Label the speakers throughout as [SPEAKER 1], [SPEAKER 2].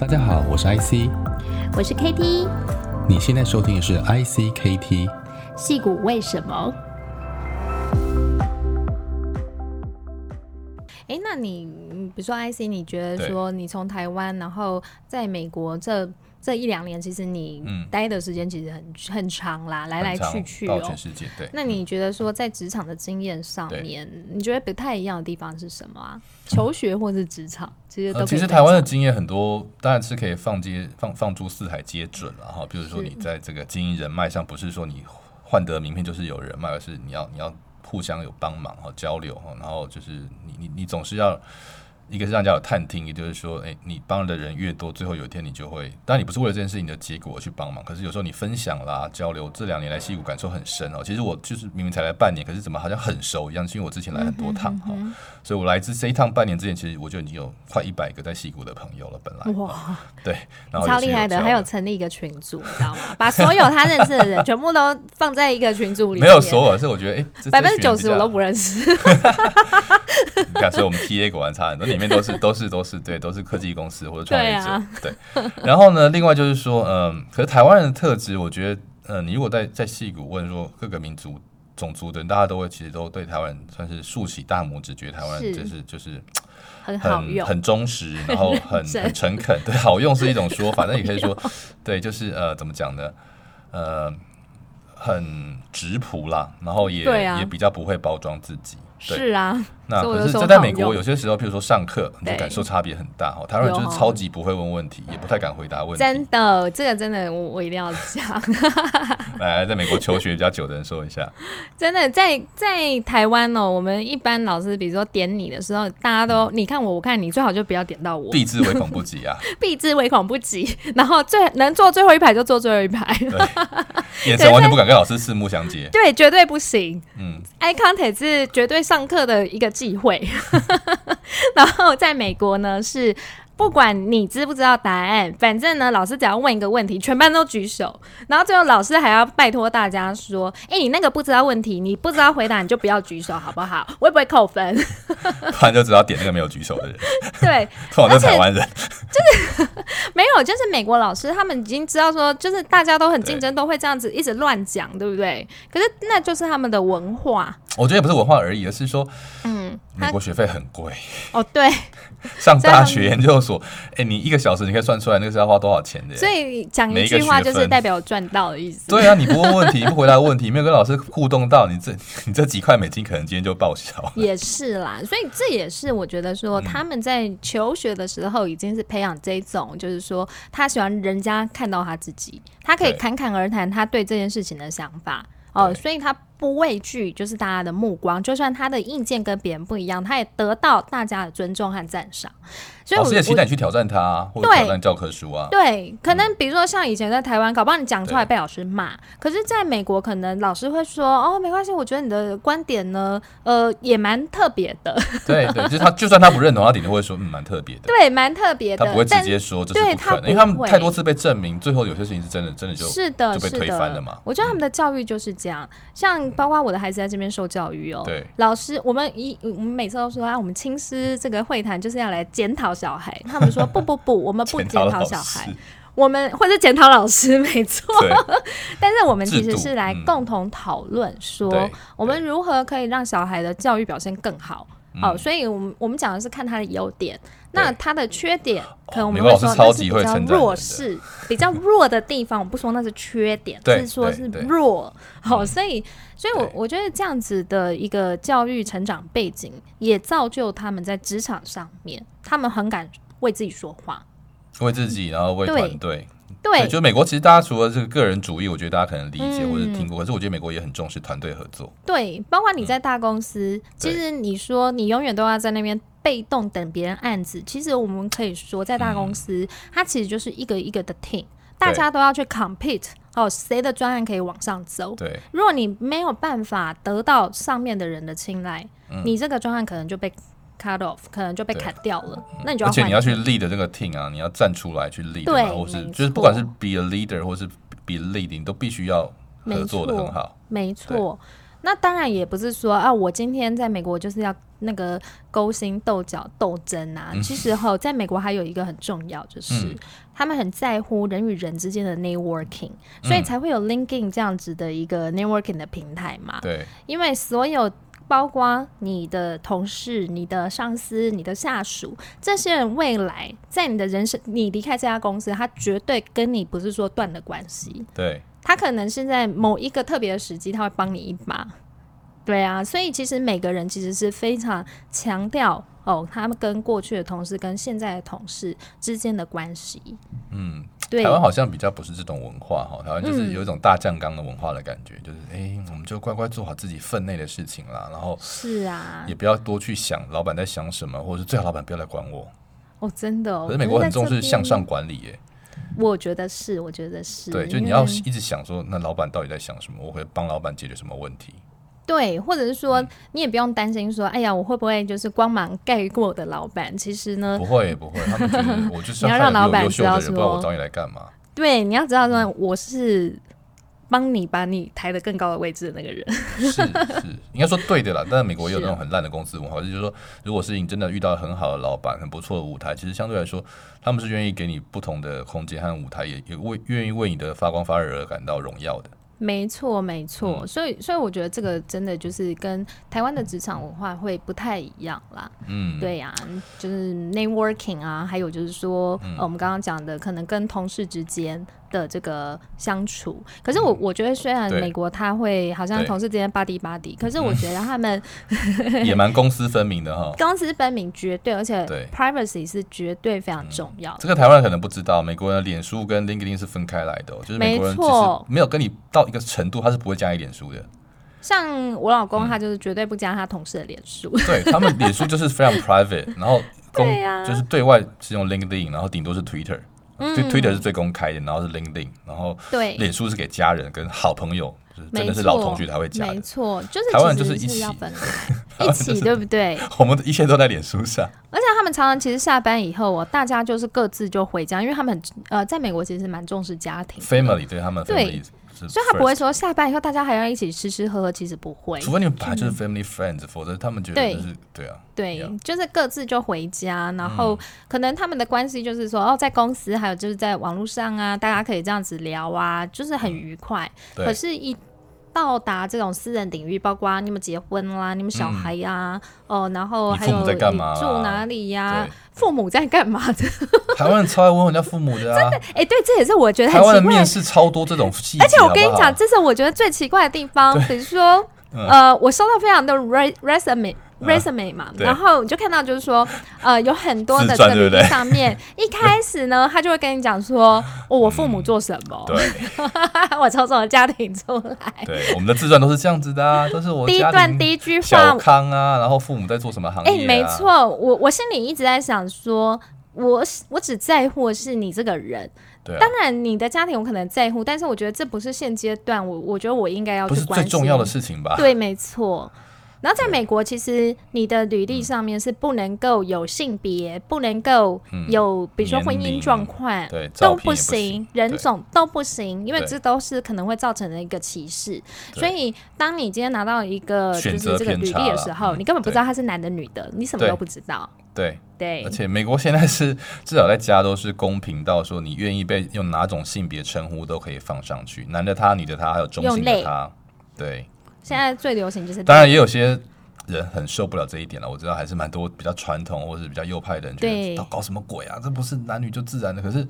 [SPEAKER 1] 大家好，我是 IC，
[SPEAKER 2] 我是 KT，
[SPEAKER 1] 你现在收听的是 ICKT。
[SPEAKER 2] 戏骨为什么？
[SPEAKER 3] 哎，那你嗯比如说 IC，你觉得
[SPEAKER 1] 对
[SPEAKER 3] 说你从台湾，然后在美国这这一两年，其实你
[SPEAKER 1] 嗯
[SPEAKER 3] 待的时间其实很很长啦，来来
[SPEAKER 1] 很常
[SPEAKER 3] 去去
[SPEAKER 1] 到
[SPEAKER 3] 哦。
[SPEAKER 1] 全世界，对，
[SPEAKER 3] 那你觉得说在职场的经验上
[SPEAKER 1] 对
[SPEAKER 3] 面，你觉得不太一样的地方是什么啊？求学或是职场，其实都、
[SPEAKER 4] 呃，其实台湾的，经验很多，当然是可以放接放放诸四海皆准了哈。比如说
[SPEAKER 3] 是
[SPEAKER 4] 你在这个经营人脉上，不是说你换得名片就是有人脉，而是你要你要互相有帮忙哈，交流哈，然后就是你你你总是要。一个是让人家有探听，也就是说，哎、你帮的人越多，最后有一天你就会，当然你不是为了这件事情的结果去帮忙，可是有时候你分享啦、交流，这两年来西谷感受很深哦。其实我就是明明才来半年，可是怎么好像很熟一样，是因为我之前来很多趟哈、所以我来自这一趟半年之前，其实我就已经有快一百个在西谷的朋友了，本来
[SPEAKER 3] 哇，
[SPEAKER 4] 对，然后
[SPEAKER 3] 超
[SPEAKER 4] 也是
[SPEAKER 3] 厉害
[SPEAKER 4] 交
[SPEAKER 3] 的，
[SPEAKER 4] 流
[SPEAKER 3] 还有成立一个群组，你知道吗？把所有他认识的人 全部都放在一个群组里
[SPEAKER 4] 没
[SPEAKER 3] 面，
[SPEAKER 4] 有所有，是我觉得哎，这
[SPEAKER 3] 百分之九十我都不
[SPEAKER 4] 认
[SPEAKER 3] 认识。
[SPEAKER 4] 识，感啊觉我们 TA 果然差很多，里面都是都是都是对，都是科技公司或者创业
[SPEAKER 3] 对
[SPEAKER 4] 者
[SPEAKER 3] 啊，
[SPEAKER 4] 对。然后呢，另外就是说，嗯，可是台湾人的特质，我觉得，嗯，你如果在在戏谷问说各个民族种族的人，大家都会其实都对台湾人算是竖起大拇指，觉得台湾人
[SPEAKER 3] 是
[SPEAKER 4] 就是就是
[SPEAKER 3] 很好
[SPEAKER 4] 很
[SPEAKER 3] 用，
[SPEAKER 4] 很忠实，然后 很
[SPEAKER 3] 真
[SPEAKER 4] 很诚恳，对，好用是一种说法，但也可以说，对，就是呃，怎么讲呢？呃，很直朴啦，然后也、
[SPEAKER 3] 对啊
[SPEAKER 4] 也比较不会包装自己。对，
[SPEAKER 3] 是啊，
[SPEAKER 4] 那
[SPEAKER 3] 所以我
[SPEAKER 4] 可
[SPEAKER 3] 就是说
[SPEAKER 4] 这在
[SPEAKER 3] 好
[SPEAKER 4] 美国
[SPEAKER 3] 用
[SPEAKER 4] 有些时候，譬如说上课，你就
[SPEAKER 3] 对
[SPEAKER 4] 感受差别很大哦。台湾人就是超级不会问问题，也不太敢回答问
[SPEAKER 3] 真
[SPEAKER 4] 题。
[SPEAKER 3] 的，这个真的，我我一定要讲。
[SPEAKER 4] 来，哎在美国求学比较久的人说一 下，
[SPEAKER 3] 真的，在在台湾哦，我们一般老师，比如说点你的时候，大家都你看我，我看你，最好就不要点到我，
[SPEAKER 4] 避之唯恐不及啊，
[SPEAKER 3] 避之唯恐不及。然后最能坐最后一排就坐最后一排，
[SPEAKER 4] 眼神完全不敢跟老师四目相接。
[SPEAKER 3] 对，绝对不行。
[SPEAKER 4] 嗯，
[SPEAKER 3] eye contact 是绝对上课的一个忌讳。 然后在美国呢，是不管你知不知道答案，反正呢，老师只要问一个问题，全班都举手。然后最后老师还要拜托大家说：“哎、你那个不知道问题，你不知道回答，你就不要举手，好不好？会不会扣分
[SPEAKER 4] 突然就知道点那个没有举手的人，？”
[SPEAKER 3] 对，
[SPEAKER 4] 通常都是台湾 人。
[SPEAKER 3] 没有，就是美国老师他们已经知道说，就是大家都很竞争，都会这样子一直乱讲，对不对？可是那就是他们的文化。
[SPEAKER 4] 我觉得也不是文化而已，而是说
[SPEAKER 3] 嗯，
[SPEAKER 4] 美国学费很贵，
[SPEAKER 3] 哦，对，
[SPEAKER 4] 上大学研究所，哎、你一个小时你可以算出来那个是要花多少钱的耶。
[SPEAKER 3] 所以讲
[SPEAKER 4] 每
[SPEAKER 3] 一
[SPEAKER 4] 一个
[SPEAKER 3] 句话
[SPEAKER 4] 学
[SPEAKER 3] 就是
[SPEAKER 4] 分
[SPEAKER 3] 代表赚到的意思。
[SPEAKER 4] 对啊，你不问问题，不回答问题，没有跟老师互动到，你这你这几块美金可能今天就报销。
[SPEAKER 3] 也是啦，所以这也是我觉得说
[SPEAKER 4] 嗯
[SPEAKER 3] 他们在求学的时候已经是培养这种，就是说他喜欢人家看到他自己，他可以
[SPEAKER 4] 对
[SPEAKER 3] 侃侃而谈他对这件事情的想法哦，
[SPEAKER 4] 对
[SPEAKER 3] 所以他不畏惧就是大家的目光，就算他的意见跟别人不一样，他也得到大家的尊重和赞赏。所以
[SPEAKER 4] 老
[SPEAKER 3] 我
[SPEAKER 4] 师也期
[SPEAKER 3] 我
[SPEAKER 4] 待你去挑战他、啊，或者
[SPEAKER 3] 对
[SPEAKER 4] 挑战教科书啊。
[SPEAKER 3] 对，可能比如说像以前在台湾，搞不好你讲出来
[SPEAKER 4] 对
[SPEAKER 3] 被老师骂，可是在美国，可能老师会说哦，没关系，我觉得你的观点呢，呃，也蛮特别 的，
[SPEAKER 4] 对对，就是他，就算他不认同，他顶多会说，嗯，蛮特别的。
[SPEAKER 3] 对，蛮特别
[SPEAKER 4] 他
[SPEAKER 3] 的，
[SPEAKER 4] 不会直
[SPEAKER 3] 但
[SPEAKER 4] 接说这
[SPEAKER 3] 对
[SPEAKER 4] 是不
[SPEAKER 3] 他
[SPEAKER 4] 可能，因为
[SPEAKER 3] 不
[SPEAKER 4] 他们
[SPEAKER 3] 会
[SPEAKER 4] 太多次被证明，最后有些事情是真的，真的就是
[SPEAKER 3] 的，
[SPEAKER 4] 就被
[SPEAKER 3] 是
[SPEAKER 4] 推
[SPEAKER 3] 的
[SPEAKER 4] 翻了嘛嗯
[SPEAKER 3] 我觉得他们的教育就是这样，像包括我的孩子在这边受教育哦，
[SPEAKER 4] 对
[SPEAKER 3] 老师，我们一我们每次都说啊，我们亲师这个会谈就是要来检讨小孩，他们说不不 不，我们不
[SPEAKER 4] 检
[SPEAKER 3] 检
[SPEAKER 4] 讨
[SPEAKER 3] 讨
[SPEAKER 4] 老
[SPEAKER 3] 小
[SPEAKER 4] 师
[SPEAKER 3] 孩。我们或者检讨老师，没错。
[SPEAKER 4] 对
[SPEAKER 3] 但是我们其
[SPEAKER 4] 制
[SPEAKER 3] 实
[SPEAKER 4] 度
[SPEAKER 3] 是来
[SPEAKER 4] 嗯
[SPEAKER 3] 共同讨论说，
[SPEAKER 4] 对嗯
[SPEAKER 3] 我们如何可以让小孩的教育表现更好？哦，所以我们我们讲的是看他的优点，那他的缺点，可能我们
[SPEAKER 4] 美国
[SPEAKER 3] 会
[SPEAKER 4] 哦老师
[SPEAKER 3] 说
[SPEAKER 4] 超
[SPEAKER 3] 那是
[SPEAKER 4] 级
[SPEAKER 3] 比
[SPEAKER 4] 会
[SPEAKER 3] 较
[SPEAKER 4] 称赞人
[SPEAKER 3] 弱
[SPEAKER 4] 的
[SPEAKER 3] 势、比较弱的地方，我不说那是缺点，
[SPEAKER 4] 对
[SPEAKER 3] 是说
[SPEAKER 4] 对
[SPEAKER 3] 是
[SPEAKER 4] 对嗯
[SPEAKER 3] 弱。好，所以所以我
[SPEAKER 4] 对
[SPEAKER 3] 我觉得这样子的一个教育成长背景，也造就他们在职场上面，他们很敢为自己说话。
[SPEAKER 4] 为自己，然后为
[SPEAKER 3] 对
[SPEAKER 4] 团队，
[SPEAKER 3] 对，
[SPEAKER 4] 就美国其实大家除了这个个人主义，我觉得大家可能理解
[SPEAKER 3] 嗯
[SPEAKER 4] 或者听过，可是我觉得美国也很重视团队合作。
[SPEAKER 3] 对，包括你在大公司，其
[SPEAKER 4] 嗯对
[SPEAKER 3] 实你说你永远都要在那边被动等别人案子，其实我们可以说，在大公司，它其实就是一个一个的 team，大
[SPEAKER 4] 嗯对
[SPEAKER 3] 家都要去 compete 哦，谁的专案可以往上走。
[SPEAKER 4] 对，
[SPEAKER 3] 如果你没有办法得到上面的人的青睐，你这个专案可能就被 cut off，可能就被
[SPEAKER 4] 嗯对嗯
[SPEAKER 3] 砍掉了，那你就
[SPEAKER 4] 而
[SPEAKER 3] 要
[SPEAKER 4] 且
[SPEAKER 3] 换。
[SPEAKER 4] 你要去 lead 这个 team 啊，你要站出来去 lead，
[SPEAKER 3] 对
[SPEAKER 4] 嘛或是
[SPEAKER 3] 没
[SPEAKER 4] 就是不
[SPEAKER 3] 错
[SPEAKER 4] 管是 be a leader 或是 be lead，你都必须要
[SPEAKER 3] 没
[SPEAKER 4] 合作的
[SPEAKER 3] 错
[SPEAKER 4] 很好。
[SPEAKER 3] 没错。那当然也不是说啊，我今天在美国就是要那个勾心斗角、斗争啊。其实哈，在美国还有一个很重要，就是、
[SPEAKER 4] 嗯
[SPEAKER 3] 他们很在乎人与人之间的 networking，所以
[SPEAKER 4] 嗯
[SPEAKER 3] 才会有 LinkedIn 这样子的一个 networking 的平台嘛。
[SPEAKER 4] 对，
[SPEAKER 3] 因为所有包括你的同事、你的上司、你的下属，这些人未来在你的人生，你离开这家公司，他绝对跟你不是说断了关系，
[SPEAKER 4] 对，
[SPEAKER 3] 他可能是在某一个特别的时机，他会帮你一把。对啊，所以其实每个人其实是非常强调哦，他们跟过去的同事跟现在的同事之间的关系。
[SPEAKER 4] 嗯，
[SPEAKER 3] 对
[SPEAKER 4] 台，湾好像比较不是这种文化哈，台湾就是
[SPEAKER 3] 嗯
[SPEAKER 4] 有一种大酱缸的文化的感觉，就是哎、诶我们就乖乖做好自己分内的事情啦，然后
[SPEAKER 3] 是啊
[SPEAKER 4] 也，不要多去想老板在想什么，或者是最好老板不要来管我。
[SPEAKER 3] 哦，真的哦。
[SPEAKER 4] 可是美国很重
[SPEAKER 3] 在这
[SPEAKER 4] 视向
[SPEAKER 3] 边
[SPEAKER 4] 上管理耶，
[SPEAKER 3] 我觉得是，我觉得是，
[SPEAKER 4] 对，就
[SPEAKER 3] 因
[SPEAKER 4] 你要
[SPEAKER 3] 为
[SPEAKER 4] 一直想说，那老板到底在想什么？我会帮老板解决什么问题？
[SPEAKER 3] 对，或者是
[SPEAKER 4] 嗯
[SPEAKER 3] 说你也不用担心说，哎呀，我会不会就是光芒盖过我的老板？其实呢
[SPEAKER 4] 不，会不会，他们觉得我 就是
[SPEAKER 3] 嗯你
[SPEAKER 4] 看
[SPEAKER 3] 要让老
[SPEAKER 4] 有
[SPEAKER 3] 板
[SPEAKER 4] 优秀
[SPEAKER 3] 知道
[SPEAKER 4] 的人，不然我
[SPEAKER 3] 说
[SPEAKER 4] 找你来干嘛？
[SPEAKER 3] 对，你要知道说我是帮你把你抬得更高的位置的那个人。
[SPEAKER 4] 是是，应该说对的啦。但是美国也有
[SPEAKER 3] 是
[SPEAKER 4] 那种很烂的公司文化，就是说，如果是你真的遇到很好的老板、很不错的舞台，其实相对来说，他们是愿意给你不同的空间和舞台，也也为愿意为你的发光发热而感到荣耀的。
[SPEAKER 3] 没错，没错，
[SPEAKER 4] 嗯
[SPEAKER 3] 所以所以我觉得这个真的就是跟台湾的职场文化会不太一样啦。
[SPEAKER 4] 嗯，
[SPEAKER 3] 对呀、就是 networking 啊，还有就是说，
[SPEAKER 4] 嗯
[SPEAKER 3] 呃，我们刚刚讲的可能跟同事之间的这个相处。可是我我觉得，虽
[SPEAKER 4] 嗯
[SPEAKER 3] 然
[SPEAKER 4] 对
[SPEAKER 3] 美国他会好像
[SPEAKER 4] 对嗯
[SPEAKER 3] 同事之间 buddy buddy，可是我觉得 他们
[SPEAKER 4] 也蛮公私分明的哈。
[SPEAKER 3] 公私分明绝对，而且
[SPEAKER 4] 对嗯
[SPEAKER 3] privacy 是绝对非常重要的。
[SPEAKER 4] 这个台湾人可能不知道，美国人的脸书跟 LinkedIn 是分开来的、哦，就是美国人
[SPEAKER 3] 没
[SPEAKER 4] 其
[SPEAKER 3] 错
[SPEAKER 4] 实没有跟你到一个程度，他是不会加你脸书的。
[SPEAKER 3] 像我老
[SPEAKER 4] 嗯
[SPEAKER 3] 公，他就是绝对不加他同事的脸书。
[SPEAKER 4] 对他们脸书就是非常 private，然后公
[SPEAKER 3] 对呀嗯
[SPEAKER 4] 就是对外是用 LinkedIn，然后顶多是 Twitter，对、Twitter 是最公开的，然后是 LinkedIn，然后
[SPEAKER 3] 对，
[SPEAKER 4] 脸书是给家人跟好朋友，就是真
[SPEAKER 3] 没
[SPEAKER 4] 的是
[SPEAKER 3] 错，
[SPEAKER 4] 老同学才会加
[SPEAKER 3] 没
[SPEAKER 4] 的。
[SPEAKER 3] 错，就是
[SPEAKER 4] 台湾
[SPEAKER 3] 其
[SPEAKER 4] 就是
[SPEAKER 3] 实
[SPEAKER 4] 一起
[SPEAKER 3] 要分开
[SPEAKER 4] 台
[SPEAKER 3] 一
[SPEAKER 4] 湾就
[SPEAKER 3] 起，
[SPEAKER 4] 是
[SPEAKER 3] 对不对？
[SPEAKER 4] 我们的一切都在脸书上，
[SPEAKER 3] 而且他们常常其实下班以后哦，大家就是各自就回家，因为他们很呃，在美国其实蛮重视家庭的
[SPEAKER 4] family 对他们
[SPEAKER 3] 对
[SPEAKER 4] family 是，
[SPEAKER 3] 所以他不会，说下班以后大家还要一起吃吃喝喝，其实不会。
[SPEAKER 4] 除非你们本来就是 family friends，否则他们觉得
[SPEAKER 3] 嗯对
[SPEAKER 4] 就是对啊，
[SPEAKER 3] 对
[SPEAKER 4] Yeah 嗯
[SPEAKER 3] 就是各自就回家，然后可能他们的关系就是说，哦，在公司还有就是在网络上啊，大家可以这样子聊啊，就是
[SPEAKER 4] 嗯
[SPEAKER 3] 很愉快。
[SPEAKER 4] 对
[SPEAKER 3] 可是，一到达这种私人领域，包括你们结婚啦、你们小孩呀、哦、然后
[SPEAKER 4] 嗯你
[SPEAKER 3] 还
[SPEAKER 4] 父母
[SPEAKER 3] 有
[SPEAKER 4] 在干
[SPEAKER 3] 你
[SPEAKER 4] 嘛啦
[SPEAKER 3] 住哪里呀、
[SPEAKER 4] 对
[SPEAKER 3] 父母在干嘛 的？
[SPEAKER 4] 台湾人超爱问人家父母的啊，
[SPEAKER 3] 哎、对，这也是我觉得
[SPEAKER 4] 台
[SPEAKER 3] 很
[SPEAKER 4] 湾
[SPEAKER 3] 奇
[SPEAKER 4] 的
[SPEAKER 3] 怪
[SPEAKER 4] 面。试超多这种细节，
[SPEAKER 3] 而且我跟你
[SPEAKER 4] 好不好
[SPEAKER 3] 讲，这是我觉得最奇怪的地方。比如说，
[SPEAKER 4] 嗯
[SPEAKER 3] 呃，我收到非常多 re- resume。resume 嘛，
[SPEAKER 4] 对
[SPEAKER 3] 然后你就看到就是说，呃，有很多的
[SPEAKER 4] 自传
[SPEAKER 3] 这个履
[SPEAKER 4] 对
[SPEAKER 3] 历
[SPEAKER 4] 不对
[SPEAKER 3] 上面，一开始呢，他就会跟你讲说，哦，我父母做什么，
[SPEAKER 4] 对
[SPEAKER 3] 我从什么家庭出来。
[SPEAKER 4] 对，我们的自传都是这样子的啊，都是我
[SPEAKER 3] 第一
[SPEAKER 4] 家
[SPEAKER 3] 段
[SPEAKER 4] 庭
[SPEAKER 3] 第一句话
[SPEAKER 4] 小，康啊，然后父母在做什么行业、啊？
[SPEAKER 3] 哎、没，错，我我心里一直在想说，我我只在乎的是你这个人，
[SPEAKER 4] 对、啊
[SPEAKER 3] 当，然你的家庭我可能在乎，但是我觉得这不是现阶段，我我觉得我应该要
[SPEAKER 4] 不
[SPEAKER 3] 去
[SPEAKER 4] 是
[SPEAKER 3] 关
[SPEAKER 4] 最
[SPEAKER 3] 心
[SPEAKER 4] 重要的事啊情吧？，
[SPEAKER 3] 对，没错。然后在美国，其实你的履历上面是不能够有性别，不能够有比如说
[SPEAKER 4] 嗯年
[SPEAKER 3] 婚姻
[SPEAKER 4] 龄啊
[SPEAKER 3] 状况，
[SPEAKER 4] 对照
[SPEAKER 3] 都
[SPEAKER 4] 片也不
[SPEAKER 3] 行
[SPEAKER 4] 行，
[SPEAKER 3] 人
[SPEAKER 4] 对
[SPEAKER 3] 种都不行，因为
[SPEAKER 4] 对
[SPEAKER 3] 这都是可能会造成的一个歧视。
[SPEAKER 4] 对
[SPEAKER 3] 所以当你今天拿到一个就
[SPEAKER 4] 选
[SPEAKER 3] 是
[SPEAKER 4] 择
[SPEAKER 3] 这个
[SPEAKER 4] 偏
[SPEAKER 3] 履历
[SPEAKER 4] 差
[SPEAKER 3] 的
[SPEAKER 4] 了
[SPEAKER 3] 时候，
[SPEAKER 4] 嗯
[SPEAKER 3] 你根本不
[SPEAKER 4] 对
[SPEAKER 3] 知道他是男的女的，你什么
[SPEAKER 4] 对
[SPEAKER 3] 都不知道。
[SPEAKER 4] 对，
[SPEAKER 3] 对
[SPEAKER 4] 而，且美国现在是至少在加州是公平到说，你愿意被用哪种性别称呼都可以放上去，男的他、女的他，还有中性
[SPEAKER 3] 用类
[SPEAKER 4] 的他。对，
[SPEAKER 3] 现在最流行就是
[SPEAKER 4] 当然也有些人很受不了这一点了，我知道还是蛮多比较传统或是比较右派的人觉
[SPEAKER 3] 对
[SPEAKER 4] 得搞搞什么鬼啊，这不是男女就自然的。可是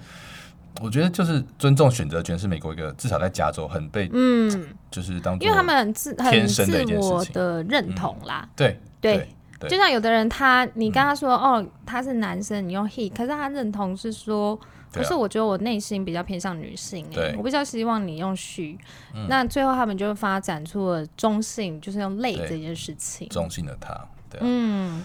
[SPEAKER 4] 我觉得就是尊重选择权是美国一个至少在加州很被
[SPEAKER 3] 嗯，
[SPEAKER 4] 就是当做
[SPEAKER 3] 因为他们很自很
[SPEAKER 4] 天生的
[SPEAKER 3] 自
[SPEAKER 4] 一件事
[SPEAKER 3] 我
[SPEAKER 4] 情嗯
[SPEAKER 3] 的认同啦，
[SPEAKER 4] 对
[SPEAKER 3] 对
[SPEAKER 4] 对嗯
[SPEAKER 3] 就像有的人他，你跟他说、哦他是男生，你用 he，可是他认同是说，
[SPEAKER 4] 对
[SPEAKER 3] 可
[SPEAKER 4] 啊
[SPEAKER 3] 是我觉得我内心比较偏向女性、欸，
[SPEAKER 4] 对嗯
[SPEAKER 3] 我比较希望你用 she、那最后他们就发展出了中性，就是用类
[SPEAKER 4] 对
[SPEAKER 3] 这件事情。
[SPEAKER 4] 中嗯性的他， 对啊、
[SPEAKER 3] 嗯，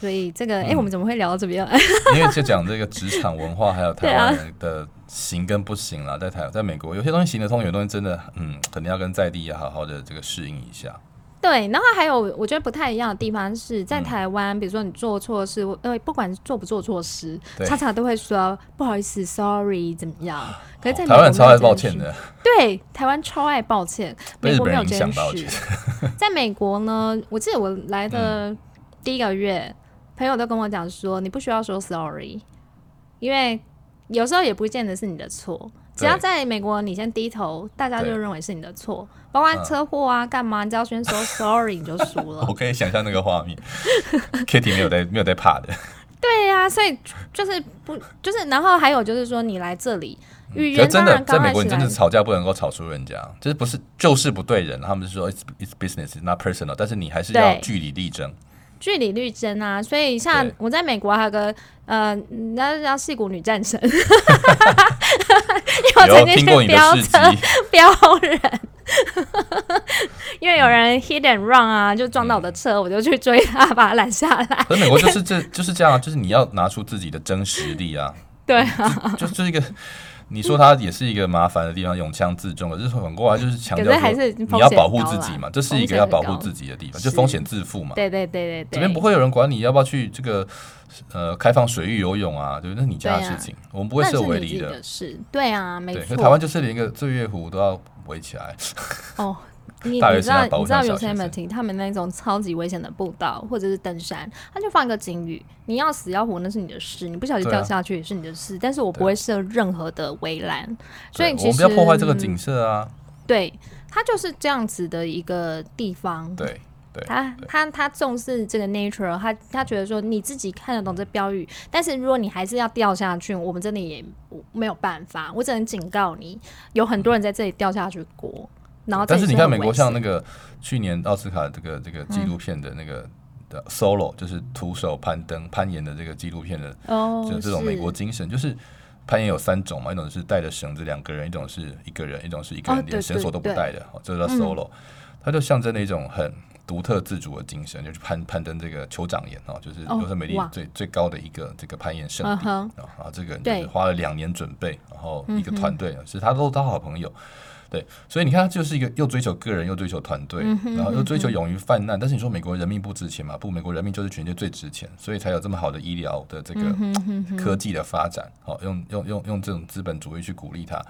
[SPEAKER 3] 所以这个哎、我们怎么会聊到这边？啊
[SPEAKER 4] 因为就讲这个职场文化，还有台湾人的行跟不行啦，在啊台在美国有些东西行得通，有些东西真的嗯，可能要跟在地要好好的这个适应一下。
[SPEAKER 3] 对，然后还有我觉得不太一样的地方是
[SPEAKER 4] 嗯
[SPEAKER 3] 在台湾，比如说你做错事，呃，不管做不做错事，
[SPEAKER 4] 对
[SPEAKER 3] 常常都会说不好意思，sorry，怎么样？可是在美
[SPEAKER 4] 哦台
[SPEAKER 3] 国
[SPEAKER 4] 湾人
[SPEAKER 3] 没有
[SPEAKER 4] 超爱
[SPEAKER 3] 这件
[SPEAKER 4] 抱歉
[SPEAKER 3] 事
[SPEAKER 4] 的，
[SPEAKER 3] 对，台湾超爱抱歉，
[SPEAKER 4] 被
[SPEAKER 3] 美
[SPEAKER 4] 日
[SPEAKER 3] 国
[SPEAKER 4] 本
[SPEAKER 3] 没有
[SPEAKER 4] 人
[SPEAKER 3] 这
[SPEAKER 4] 影
[SPEAKER 3] 件
[SPEAKER 4] 响吧？我觉
[SPEAKER 3] 事
[SPEAKER 4] 得。
[SPEAKER 3] 在美国呢，我记得我来的第一个月，朋友都跟我讲说，你不需要说 sorry，因为有时候也不见得是你的错。只要
[SPEAKER 4] 对
[SPEAKER 3] 在美国，你先低头，大家就
[SPEAKER 4] 对
[SPEAKER 3] 认为是你的错，包括
[SPEAKER 4] 嗯
[SPEAKER 3] 车祸啊、干嘛，你只要先说 sorry，你就输 了
[SPEAKER 4] 我。可以想象那个画 面，Kitty 没有在没有在怕的，
[SPEAKER 3] 对呀、所以就是不就是，然后还有就是说，你来这里语
[SPEAKER 4] 可是
[SPEAKER 3] 言
[SPEAKER 4] 真
[SPEAKER 3] 当
[SPEAKER 4] 的
[SPEAKER 3] 然
[SPEAKER 4] 在
[SPEAKER 3] 刚
[SPEAKER 4] 美
[SPEAKER 3] 开
[SPEAKER 4] 国，
[SPEAKER 3] 始
[SPEAKER 4] 你真的
[SPEAKER 3] 来，
[SPEAKER 4] 吵架不能够吵输人家，就是不是就是不对人，他们是说 it's it's business it's not personal，但是你还是要
[SPEAKER 3] 对
[SPEAKER 4] 据理力争。
[SPEAKER 3] 据理力争啊。所以像
[SPEAKER 4] 对
[SPEAKER 3] 我在美国还有个呃，那叫戏骨女战神，因 为我
[SPEAKER 4] 有
[SPEAKER 3] 曾
[SPEAKER 4] 听
[SPEAKER 3] 经
[SPEAKER 4] 过
[SPEAKER 3] 是
[SPEAKER 4] 你的
[SPEAKER 3] 飙
[SPEAKER 4] 事迹
[SPEAKER 3] 车， 飙人，因为有人 hit and run 啊，就撞到我
[SPEAKER 4] 嗯
[SPEAKER 3] 的车，我就去追他，把他拦下来。
[SPEAKER 4] 可是美国就是这 就是这样啊，就是你要拿出自己的真实力啊，
[SPEAKER 3] 对啊，
[SPEAKER 4] 就就是一个。你说它也是一个麻烦的地方，用枪自重啊了，就是很过来就是强调
[SPEAKER 3] 可是还
[SPEAKER 4] 说
[SPEAKER 3] 是
[SPEAKER 4] 你
[SPEAKER 3] 风
[SPEAKER 4] 要
[SPEAKER 3] 险
[SPEAKER 4] 保护
[SPEAKER 3] 高
[SPEAKER 4] 自
[SPEAKER 3] 啦
[SPEAKER 4] 己嘛，这是
[SPEAKER 3] 风
[SPEAKER 4] 一个
[SPEAKER 3] 险
[SPEAKER 4] 要
[SPEAKER 3] 很
[SPEAKER 4] 保
[SPEAKER 3] 高
[SPEAKER 4] 护自己的地方，就是风险自负嘛。
[SPEAKER 3] 对对对对对，
[SPEAKER 4] 这边不会有人管你要不要去这个呃开放水域游泳啊，对不对？那是你家的
[SPEAKER 3] 对啊
[SPEAKER 4] 事情，我们不会
[SPEAKER 3] 那
[SPEAKER 4] 设
[SPEAKER 3] 是
[SPEAKER 4] 围
[SPEAKER 3] 你自
[SPEAKER 4] 篱
[SPEAKER 3] 己
[SPEAKER 4] 的。
[SPEAKER 3] 的事，对啊，没
[SPEAKER 4] 对，可
[SPEAKER 3] 错。
[SPEAKER 4] 台湾就是连个醉月湖都要围起来，
[SPEAKER 3] 哦，你
[SPEAKER 4] 大学
[SPEAKER 3] 你知
[SPEAKER 4] 生要
[SPEAKER 3] 道
[SPEAKER 4] 保护
[SPEAKER 3] 你知道
[SPEAKER 4] 像小学
[SPEAKER 3] Yosemite 他们那种超级危险的步道或者是登山，他就放一个警语：你要死要活那是你的事，你不小心
[SPEAKER 4] 对啊
[SPEAKER 3] 掉下去也是你的事，但是我
[SPEAKER 4] 对啊
[SPEAKER 3] 不会设任何的围栏，所以
[SPEAKER 4] 对
[SPEAKER 3] 其
[SPEAKER 4] 我们不
[SPEAKER 3] 实
[SPEAKER 4] 要破坏这个景色啊。
[SPEAKER 3] 对，它就是这样子的一个地方。
[SPEAKER 4] 对对
[SPEAKER 3] 他他他重视这个 nature，他他觉得说你自己看得懂这标语，但是如果你还是要掉下去，我们真的也没有办法，我只能警告你，有很多人在这里掉下去过，然后这
[SPEAKER 4] 但
[SPEAKER 3] 里
[SPEAKER 4] 是你看美国像那
[SPEAKER 3] 个
[SPEAKER 4] 个去年奥斯卡这个这个纪录片
[SPEAKER 3] 嗯
[SPEAKER 4] 的那个的 solo，、就是徒手攀登攀岩的这个纪录片的
[SPEAKER 3] 哦
[SPEAKER 4] 这，这种
[SPEAKER 3] 是
[SPEAKER 4] 美国精神，就是攀岩有三种嘛，一种是带着绳子两个人，一种是一个人，一种是一个人
[SPEAKER 3] 哦
[SPEAKER 4] 连
[SPEAKER 3] 对
[SPEAKER 4] 绳索都不带的，哦这叫
[SPEAKER 3] 嗯
[SPEAKER 4] solo，、它就象征了一种很独特自主的精神，就是攀攀登这个酋长岩哦，就是
[SPEAKER 3] 哦
[SPEAKER 4] 优胜美地
[SPEAKER 3] 哇
[SPEAKER 4] 最、最高的一个这个攀岩圣
[SPEAKER 3] 嗯
[SPEAKER 4] 地。
[SPEAKER 3] 哼，
[SPEAKER 4] 啊，然后这个人就
[SPEAKER 3] 对
[SPEAKER 4] 是花了两年准备，然后一个
[SPEAKER 3] 嗯哼
[SPEAKER 4] 团队，啊其实他都当好朋友，对，所以你看他就是一个又追求个人，又追求团队，
[SPEAKER 3] 嗯哼
[SPEAKER 4] 然后又追求勇于犯难。但是你说美国人命不值钱嘛？不，美国人命就是全世界最值钱，所以才有这么好的医疗的这个
[SPEAKER 3] 嗯哼哼
[SPEAKER 4] 科技的发展。好、用用用用这种资本主义去鼓励他，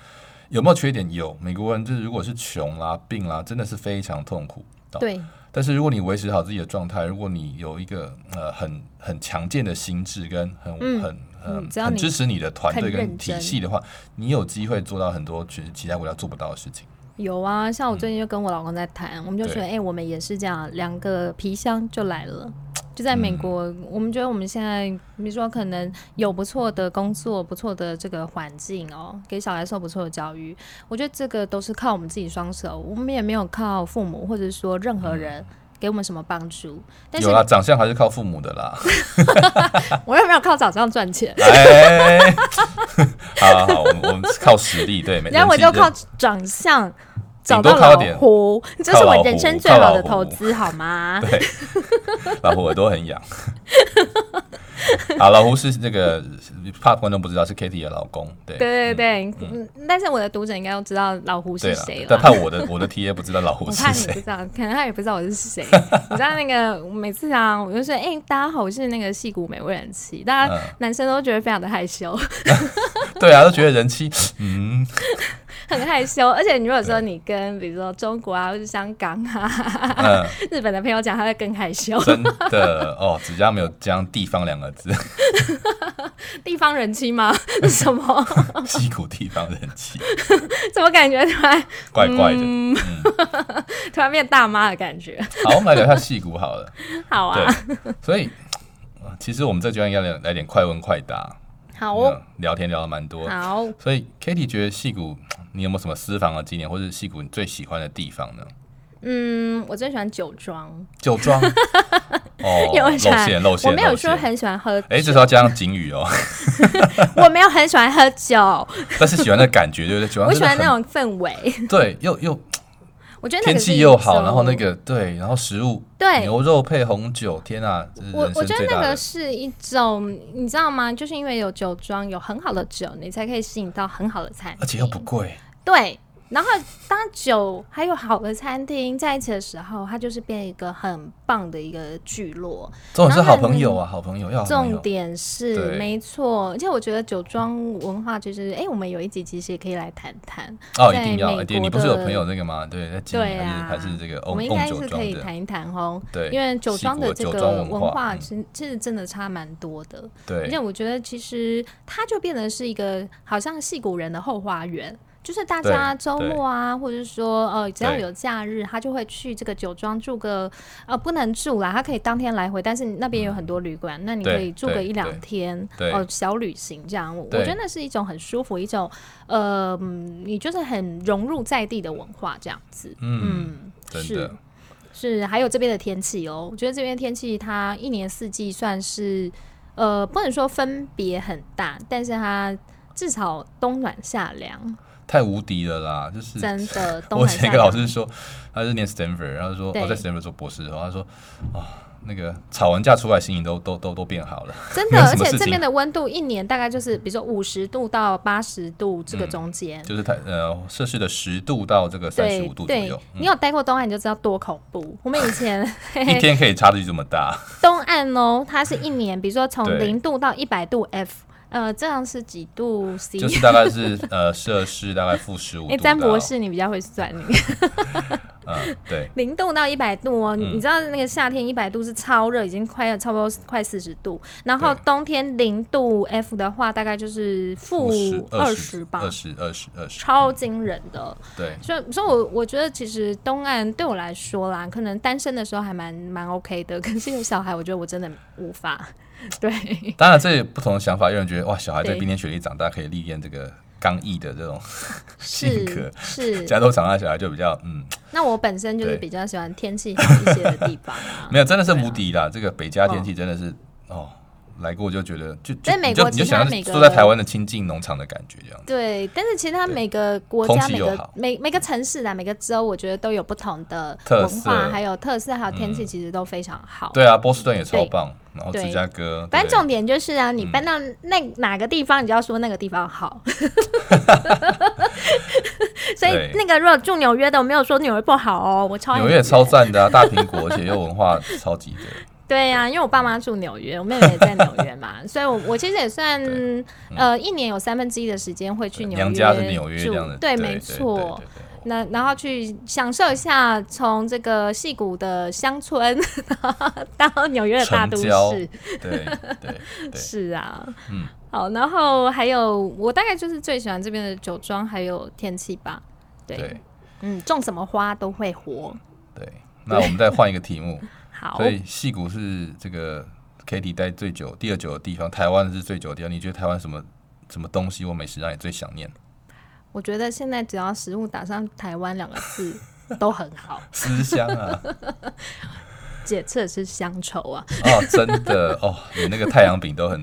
[SPEAKER 4] 有没有缺点？有，美国人就是如果是穷啦、病啦，真的是非常痛苦。哦
[SPEAKER 3] 对，
[SPEAKER 4] 但是如果你维持好自己的状态，如果你有一个呃很很强健的心智跟很、
[SPEAKER 3] 嗯
[SPEAKER 4] 很
[SPEAKER 3] 嗯
[SPEAKER 4] 很
[SPEAKER 3] 只要
[SPEAKER 4] 很
[SPEAKER 3] 你
[SPEAKER 4] 支持你的团队
[SPEAKER 3] 很
[SPEAKER 4] 跟
[SPEAKER 3] 认
[SPEAKER 4] 体
[SPEAKER 3] 真
[SPEAKER 4] 系的话，你有机会做到很多其实其他国家做不到的事情。
[SPEAKER 3] 有啊，像我最近就跟我老公在谈，我们就觉得，
[SPEAKER 4] 嗯对
[SPEAKER 3] 哎、我们也是这样，两个皮箱就来了。就在
[SPEAKER 4] 嗯
[SPEAKER 3] 美国，我们觉得我们现在，比如说可能有不错的工作、不错的这个环境哦，给小孩受不错的教育，我觉得这个都是靠我们自己双手，我们也没有靠父母或者说任何人给我们什么帮助。但是
[SPEAKER 4] 嗯有啊啦，长相还是靠父母的 啦。
[SPEAKER 3] 我又没有靠早上赚钱，
[SPEAKER 4] 哎，好好好，我们我们是靠实力，对，没
[SPEAKER 3] 然后我
[SPEAKER 4] 人气
[SPEAKER 3] 就靠
[SPEAKER 4] 人
[SPEAKER 3] 长相
[SPEAKER 4] 顶
[SPEAKER 3] 找
[SPEAKER 4] 多
[SPEAKER 3] 到
[SPEAKER 4] 靠
[SPEAKER 3] 老
[SPEAKER 4] 点
[SPEAKER 3] 胡，这是
[SPEAKER 4] 靠老
[SPEAKER 3] 我
[SPEAKER 4] 胡
[SPEAKER 3] 人生最
[SPEAKER 4] 靠
[SPEAKER 3] 好
[SPEAKER 4] 老
[SPEAKER 3] 的投
[SPEAKER 4] 胡
[SPEAKER 3] 资，好吗？
[SPEAKER 4] 老胡耳朵很痒。好，老胡是那个怕观众不知道是 Kitty 的老公，对
[SPEAKER 3] 对对对，嗯，但是我的读者应该都知道老胡
[SPEAKER 4] 对
[SPEAKER 3] 是
[SPEAKER 4] 啦
[SPEAKER 3] 谁，
[SPEAKER 4] 但
[SPEAKER 3] 了。
[SPEAKER 4] 怕我的我的 T A 不知道老胡
[SPEAKER 3] 我
[SPEAKER 4] 是
[SPEAKER 3] 怕你不
[SPEAKER 4] 谁。
[SPEAKER 3] 知道，可能他也不知道我 是谁。你知道那个每次啊，我就说：“哎、大家好，我是那个戏骨美味人妻。”大家
[SPEAKER 4] 嗯
[SPEAKER 3] 男生都觉得非常的害羞，
[SPEAKER 4] 对啊，都觉得人妻，嗯，
[SPEAKER 3] 很害羞。而且你如果说你跟比如说中国啊，或是香港啊、
[SPEAKER 4] 嗯
[SPEAKER 3] 日本的朋友讲，他会更害羞。
[SPEAKER 4] 真的哦，只要没有加“地方”两个字，
[SPEAKER 3] 地方人妻吗？ 是什么？
[SPEAKER 4] 西谷地方人气，
[SPEAKER 3] 怎么感觉突然
[SPEAKER 4] 怪怪的。
[SPEAKER 3] 嗯突然变大妈的感觉？
[SPEAKER 4] 好，我们来聊一下戏骨好了。
[SPEAKER 3] 好啊，
[SPEAKER 4] 对，所以呃其实我们这阶段应该来来点快问快答，
[SPEAKER 3] 好哦，
[SPEAKER 4] 嗯聊天聊的蛮多。
[SPEAKER 3] 好。
[SPEAKER 4] 所以 Kitty 觉得戏骨，你有没有什么私房的纪念，或者戏骨你最喜欢的地方呢？
[SPEAKER 3] 嗯，我最喜欢酒庄。
[SPEAKER 4] 酒庄 哦，
[SPEAKER 3] 因为
[SPEAKER 4] 露
[SPEAKER 3] 我喜欢
[SPEAKER 4] 馅露馅，
[SPEAKER 3] 我没有
[SPEAKER 4] 露
[SPEAKER 3] 说
[SPEAKER 4] 馅。
[SPEAKER 3] 很喜欢喝，
[SPEAKER 4] 哎，这时候要加上警语哦，
[SPEAKER 3] 我没有很喜欢喝酒，
[SPEAKER 4] 但是喜欢那感觉，对不对？酒庄
[SPEAKER 3] 我喜欢
[SPEAKER 4] 真的
[SPEAKER 3] 那
[SPEAKER 4] 很
[SPEAKER 3] 种氛围。
[SPEAKER 4] 对，又又
[SPEAKER 3] 我觉得那
[SPEAKER 4] 天
[SPEAKER 3] 个是
[SPEAKER 4] 气
[SPEAKER 3] 一
[SPEAKER 4] 又好，
[SPEAKER 3] 种
[SPEAKER 4] 然后那，个对，然后食物
[SPEAKER 3] 对
[SPEAKER 4] 牛肉配红酒，天啊，这是
[SPEAKER 3] 哎我
[SPEAKER 4] 人
[SPEAKER 3] 我
[SPEAKER 4] 生
[SPEAKER 3] 觉得
[SPEAKER 4] 最
[SPEAKER 3] 那
[SPEAKER 4] 大
[SPEAKER 3] 个
[SPEAKER 4] 的。
[SPEAKER 3] 是一种，你知道吗？就是因为有酒庄，有很好的酒，你才可以吸引到很好的餐厅，
[SPEAKER 4] 而且又不贵，
[SPEAKER 3] 对。然后当酒还有好的餐厅在一起的时候，它就是变一个很棒的一个聚落。
[SPEAKER 4] 这种是好朋友啊，好朋友要好朋友
[SPEAKER 3] 重点是
[SPEAKER 4] 对
[SPEAKER 3] 没错，而且我觉得酒庄文化就是，哎、我们有一集其实也可以来谈谈。
[SPEAKER 4] 哦，一
[SPEAKER 3] 在
[SPEAKER 4] 定要。
[SPEAKER 3] 美
[SPEAKER 4] 哎对，
[SPEAKER 3] 国
[SPEAKER 4] 你不是有
[SPEAKER 3] 的
[SPEAKER 4] 朋友那个吗？对，在经
[SPEAKER 3] 对
[SPEAKER 4] 营
[SPEAKER 3] 啊，
[SPEAKER 4] 还是还是这个
[SPEAKER 3] 我
[SPEAKER 4] 欧
[SPEAKER 3] 们应
[SPEAKER 4] 哦共
[SPEAKER 3] 该
[SPEAKER 4] 酒
[SPEAKER 3] 是
[SPEAKER 4] 庄
[SPEAKER 3] 可以
[SPEAKER 4] 的，
[SPEAKER 3] 谈一谈哦。
[SPEAKER 4] 对，
[SPEAKER 3] 因为酒
[SPEAKER 4] 西
[SPEAKER 3] 庄的
[SPEAKER 4] 国
[SPEAKER 3] 这
[SPEAKER 4] 酒
[SPEAKER 3] 个
[SPEAKER 4] 庄文
[SPEAKER 3] 文
[SPEAKER 4] 化，
[SPEAKER 3] 化，
[SPEAKER 4] 嗯
[SPEAKER 3] 其实其实真的差蛮多的。而且
[SPEAKER 4] 对，
[SPEAKER 3] 我觉得其实它就变得是一个好像戏骨人的后花园。就是大
[SPEAKER 4] 对
[SPEAKER 3] 家周
[SPEAKER 4] 对
[SPEAKER 3] 末啊，或者是说呃，只要
[SPEAKER 4] 对
[SPEAKER 3] 有假日，他就会去这个酒庄住个呃，不能住啦，他可以当天来回，但是那边有很多旅馆，那你可
[SPEAKER 4] 对
[SPEAKER 3] 以住个
[SPEAKER 4] 对
[SPEAKER 3] 一两天，
[SPEAKER 4] 对
[SPEAKER 3] 哦、小旅行这样，我我
[SPEAKER 4] 对
[SPEAKER 3] 觉得那是一种很舒服，一种呃，嗯你就是很融入在地的文化这样子，
[SPEAKER 4] 嗯，
[SPEAKER 3] 嗯，
[SPEAKER 4] 真
[SPEAKER 3] 是
[SPEAKER 4] 的，
[SPEAKER 3] 是，还有这边的天气哦，我觉得这边天气它一年四季算是，呃，不能说分别很大，但是它至少冬暖夏凉，
[SPEAKER 4] 太无敌了啦，就是
[SPEAKER 3] 真的冬
[SPEAKER 4] 嗯我以
[SPEAKER 3] 暖夏
[SPEAKER 4] 前一
[SPEAKER 3] 凉。
[SPEAKER 4] 个老师说，他是念 Stanford，然后说哦
[SPEAKER 3] 对
[SPEAKER 4] 我在 Stanford 做博士，然后他说啊，那个吵完架出来心情都都都都变好了，
[SPEAKER 3] 真
[SPEAKER 4] 没有
[SPEAKER 3] 的，而
[SPEAKER 4] 什么
[SPEAKER 3] 且
[SPEAKER 4] 事
[SPEAKER 3] 这边
[SPEAKER 4] 情
[SPEAKER 3] 的温度一年大概就是，比如说五十度到八十度这个
[SPEAKER 4] 嗯
[SPEAKER 3] 中间。
[SPEAKER 4] 就是太呃摄氏的十度到这个三十
[SPEAKER 3] 对
[SPEAKER 4] 五度左
[SPEAKER 3] 对
[SPEAKER 4] 右，，嗯
[SPEAKER 3] 你有待过东岸，你就知道多恐怖。我们以 前
[SPEAKER 4] 一天可以差距这么大，
[SPEAKER 3] 东岸哦，它是一年，比如说从
[SPEAKER 4] 对
[SPEAKER 3] 零度到一百度 F，呃，这样是几度 C？
[SPEAKER 4] 就是大概是 呃摄氏大概负十五
[SPEAKER 3] 哎，
[SPEAKER 4] 度
[SPEAKER 3] 詹
[SPEAKER 4] 到
[SPEAKER 3] 博，士，你比较会算，你
[SPEAKER 4] 嗯，对，
[SPEAKER 3] 零度到一百度哦，你
[SPEAKER 4] 嗯
[SPEAKER 3] 你知道那个夏天一百度是超热，已经快要差不多快四十度，然后
[SPEAKER 4] 对
[SPEAKER 3] 冬天零度 F 的话，大概就是负
[SPEAKER 4] 十
[SPEAKER 3] 二
[SPEAKER 4] 十
[SPEAKER 3] 十吧
[SPEAKER 4] 二，十二十二十，
[SPEAKER 3] 超惊人的。
[SPEAKER 4] 对，
[SPEAKER 3] 所以，所以我我觉得其实东岸对我来说啦，可能单身的时候还蛮蛮 OK 的，可是有小孩，我觉得我真的无法。对，
[SPEAKER 4] 当然，这也不同的想法，有人觉得哇，小孩在
[SPEAKER 3] 对
[SPEAKER 4] 冰天雪地长大，可以历练这个刚毅的这种性格
[SPEAKER 3] 是。是。
[SPEAKER 4] 加州长大小孩就比较嗯，
[SPEAKER 3] 那我本身就是
[SPEAKER 4] 对
[SPEAKER 3] 比较喜欢天气好一些的地方啊
[SPEAKER 4] 没。有，真的是无敌啦！这个北加天气真的是哦，来过就觉得就就
[SPEAKER 3] 在美
[SPEAKER 4] 你就
[SPEAKER 3] 国
[SPEAKER 4] 你就
[SPEAKER 3] 其他
[SPEAKER 4] 想
[SPEAKER 3] 每
[SPEAKER 4] 象
[SPEAKER 3] 个
[SPEAKER 4] 住在台湾的亲近农场的感觉这样子。
[SPEAKER 3] 对，但是其实它
[SPEAKER 4] 对
[SPEAKER 3] 每个国
[SPEAKER 4] 空
[SPEAKER 3] 家、
[SPEAKER 4] 气
[SPEAKER 3] 每
[SPEAKER 4] 又
[SPEAKER 3] 个
[SPEAKER 4] 好
[SPEAKER 3] 每每个城市啊、每个州，我觉得都有不同的
[SPEAKER 4] 特
[SPEAKER 3] 文
[SPEAKER 4] 色
[SPEAKER 3] 化，
[SPEAKER 4] 嗯
[SPEAKER 3] 还有特色，还有天气，其实都非常好。
[SPEAKER 4] 对啊，波士顿也超
[SPEAKER 3] 对
[SPEAKER 4] 棒，然后芝
[SPEAKER 3] 对
[SPEAKER 4] 加哥，
[SPEAKER 3] 反正重
[SPEAKER 4] 对嗯
[SPEAKER 3] 点就是啊，你搬到那哪个地方，你就要说那个地方好。 所以
[SPEAKER 4] 对
[SPEAKER 3] 那个如果住纽约的，我没有说纽约不好哦，我超爱
[SPEAKER 4] 纽约也超赞的啊，大苹果，而且又文化超级的，
[SPEAKER 3] 对呀、因为我爸妈住纽约，我妹妹也在纽约嘛， 所以我我其实也算、呃一年有三分之一的时间会 去纽约
[SPEAKER 4] 嗯娘家是纽约
[SPEAKER 3] 住
[SPEAKER 4] 这样的，
[SPEAKER 3] 对，
[SPEAKER 4] 对
[SPEAKER 3] 没错。。
[SPEAKER 4] 对对对对
[SPEAKER 3] 那然后去享受一下从这个戏谷的乡村 到纽约的大都
[SPEAKER 4] 城郊
[SPEAKER 3] 市，
[SPEAKER 4] 对对对
[SPEAKER 3] 是啊，
[SPEAKER 4] 嗯，
[SPEAKER 3] 好，然后还有我大概就是最喜欢这边的酒庄还有天气吧，对，
[SPEAKER 4] 对
[SPEAKER 3] 嗯，种什么花都会活，
[SPEAKER 4] 对。那我们再换一个题目，
[SPEAKER 3] 好
[SPEAKER 4] 所，以戏谷是这个 Kitty 待最久、第二久的地方，台湾是最久的地方。你觉得台湾什么什么东西或美食让你最想念？
[SPEAKER 3] 我觉得现在只要食物打上台湾两个字都很好，
[SPEAKER 4] 思乡啊，
[SPEAKER 3] 解彻是乡愁啊，
[SPEAKER 4] 哦，真的哦，你那个太阳饼都很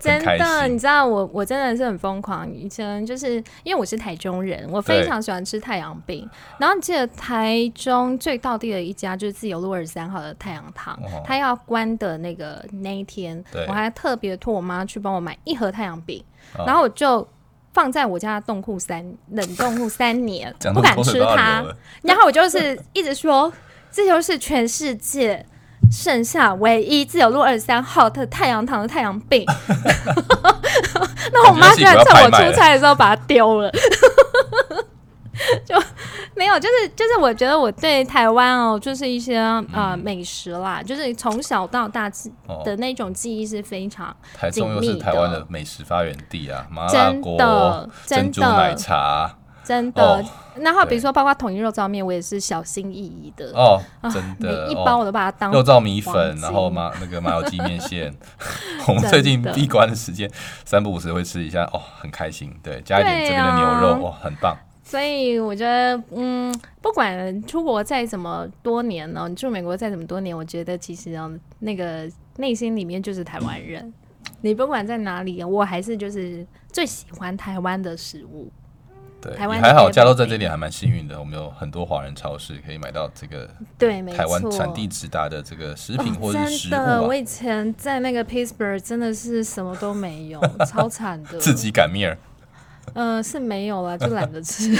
[SPEAKER 3] 真
[SPEAKER 4] 很开
[SPEAKER 3] 的，你
[SPEAKER 4] 心，
[SPEAKER 3] 知道我我真的是很疯狂，以前就是因为我是台中人，我非
[SPEAKER 4] 对
[SPEAKER 3] 常喜欢吃太阳饼。然后记得台中最道地的一家就是自由路二十三号的太阳堂，
[SPEAKER 4] 哦
[SPEAKER 3] 它要关的那个那一天
[SPEAKER 4] 对，
[SPEAKER 3] 我还特别托我妈去帮我买一盒太阳饼，
[SPEAKER 4] 哦
[SPEAKER 3] 然后我就。放在我家的冻库三冷冻库三年
[SPEAKER 4] 讲，
[SPEAKER 3] 不
[SPEAKER 4] 得
[SPEAKER 3] 敢
[SPEAKER 4] 口水
[SPEAKER 3] 吃
[SPEAKER 4] 都要
[SPEAKER 3] 它
[SPEAKER 4] 流了，
[SPEAKER 3] 然后我就是一直说，这就是全世界剩下唯一自由路二十三号的太阳堂的太阳饼。 那我妈居然趁我出差的时候把它丢了。 就没有，就是就是，我觉得我对台湾哦，就是一些呃美食啦，就是从小到大记
[SPEAKER 4] 嗯哦
[SPEAKER 3] 的那种记忆是非常
[SPEAKER 4] 台中又
[SPEAKER 3] 紧
[SPEAKER 4] 是
[SPEAKER 3] 密
[SPEAKER 4] 台湾
[SPEAKER 3] 的
[SPEAKER 4] 的美食发源地啊，麻辣
[SPEAKER 3] 真
[SPEAKER 4] 锅
[SPEAKER 3] 的、
[SPEAKER 4] 珍
[SPEAKER 3] 真
[SPEAKER 4] 珠奶
[SPEAKER 3] 的
[SPEAKER 4] 茶，
[SPEAKER 3] 真的。
[SPEAKER 4] 哦
[SPEAKER 3] 然后比
[SPEAKER 4] 对
[SPEAKER 3] 如说包括统一肉燥面，我也是小心翼翼的，
[SPEAKER 4] 哦，
[SPEAKER 3] 啊
[SPEAKER 4] 真
[SPEAKER 3] 每
[SPEAKER 4] 的
[SPEAKER 3] 一包我
[SPEAKER 4] 哦。
[SPEAKER 3] 都把它当
[SPEAKER 4] 肉燥米
[SPEAKER 3] 黄
[SPEAKER 4] 粉，
[SPEAKER 3] 金
[SPEAKER 4] 然后麻那个麻油鸡面 线，我们最近
[SPEAKER 3] 真的
[SPEAKER 4] 闭关的时间三不五时会吃一下，哦，很开心。对，加一点这边的牛
[SPEAKER 3] 对啊
[SPEAKER 4] 肉，哇，很棒。
[SPEAKER 3] 所以我觉得，嗯，不管出国再怎么多年呢、你住美国再怎么多年，我觉得其实呢，那个内心里面就是台湾人。你不管在哪里，啊我还是就是最喜欢台湾的食物。
[SPEAKER 4] 对，
[SPEAKER 3] 台湾
[SPEAKER 4] 也
[SPEAKER 3] 的
[SPEAKER 4] 还好，
[SPEAKER 3] K-pop
[SPEAKER 4] 加州在这点还蛮幸运的，我们有很多华人超市可以买到这个
[SPEAKER 3] 对，没错。哦
[SPEAKER 4] 台湾产地直达的这个食品或者是
[SPEAKER 3] 真
[SPEAKER 4] 食物
[SPEAKER 3] 的，
[SPEAKER 4] 啊
[SPEAKER 3] 我，以前 在那个 Pittsburgh 真的是什么都没有，超惨的。
[SPEAKER 4] 自己擀面儿，
[SPEAKER 3] 嗯，是没有啦，就懒 得吃，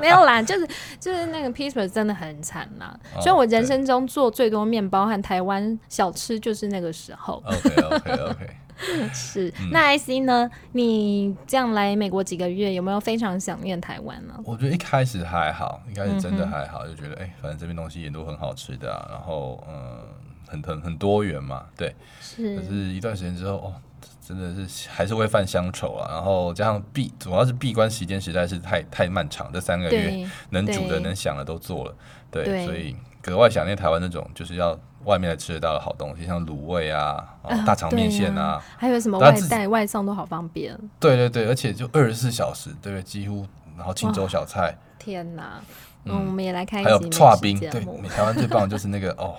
[SPEAKER 3] 没有啦，就是就是那个 Pittsburgh 真的很惨啦，
[SPEAKER 4] 哦
[SPEAKER 3] 所以我人
[SPEAKER 4] 对
[SPEAKER 3] 生中做最多面包和台湾小吃就是那个时候。
[SPEAKER 4] OK OK OK，
[SPEAKER 3] 是，
[SPEAKER 4] 嗯
[SPEAKER 3] 那 IC 呢？你这样来美国几个月，有没有非常想念台湾呢、
[SPEAKER 4] 我觉得一开始还好，一开始真的
[SPEAKER 3] 嗯
[SPEAKER 4] 还好，就觉得哎、反正这边东西也都很好吃的、啊，然后嗯，很很很多元嘛，对。可是，
[SPEAKER 3] 是，
[SPEAKER 4] 一段时间之后，哦，真的是还是会犯乡愁啊。然后加上闭，主要是闭关时间实在是太太漫长，这三个月
[SPEAKER 3] 对，
[SPEAKER 4] 能煮的、
[SPEAKER 3] 对
[SPEAKER 4] 能想的都做了，对，
[SPEAKER 3] 对
[SPEAKER 4] 所以格外想念台湾那种就是要外面才吃得到的好东西，像卤味啊、哦
[SPEAKER 3] 啊
[SPEAKER 4] 大肠面线
[SPEAKER 3] 对
[SPEAKER 4] 啊，
[SPEAKER 3] 还有什么
[SPEAKER 4] 大家
[SPEAKER 3] 外
[SPEAKER 4] 自己
[SPEAKER 3] 带、外送都好方便。
[SPEAKER 4] 对对对，而且就二十四小时，对不对？几乎，然后青州小菜，
[SPEAKER 3] 天哪！嗯，
[SPEAKER 4] 嗯
[SPEAKER 3] 我们也来开一
[SPEAKER 4] 还有
[SPEAKER 3] 集美
[SPEAKER 4] 串
[SPEAKER 3] 食
[SPEAKER 4] 冰，
[SPEAKER 3] 节
[SPEAKER 4] 对，
[SPEAKER 3] 目
[SPEAKER 4] 美台湾最棒的就是那个哦，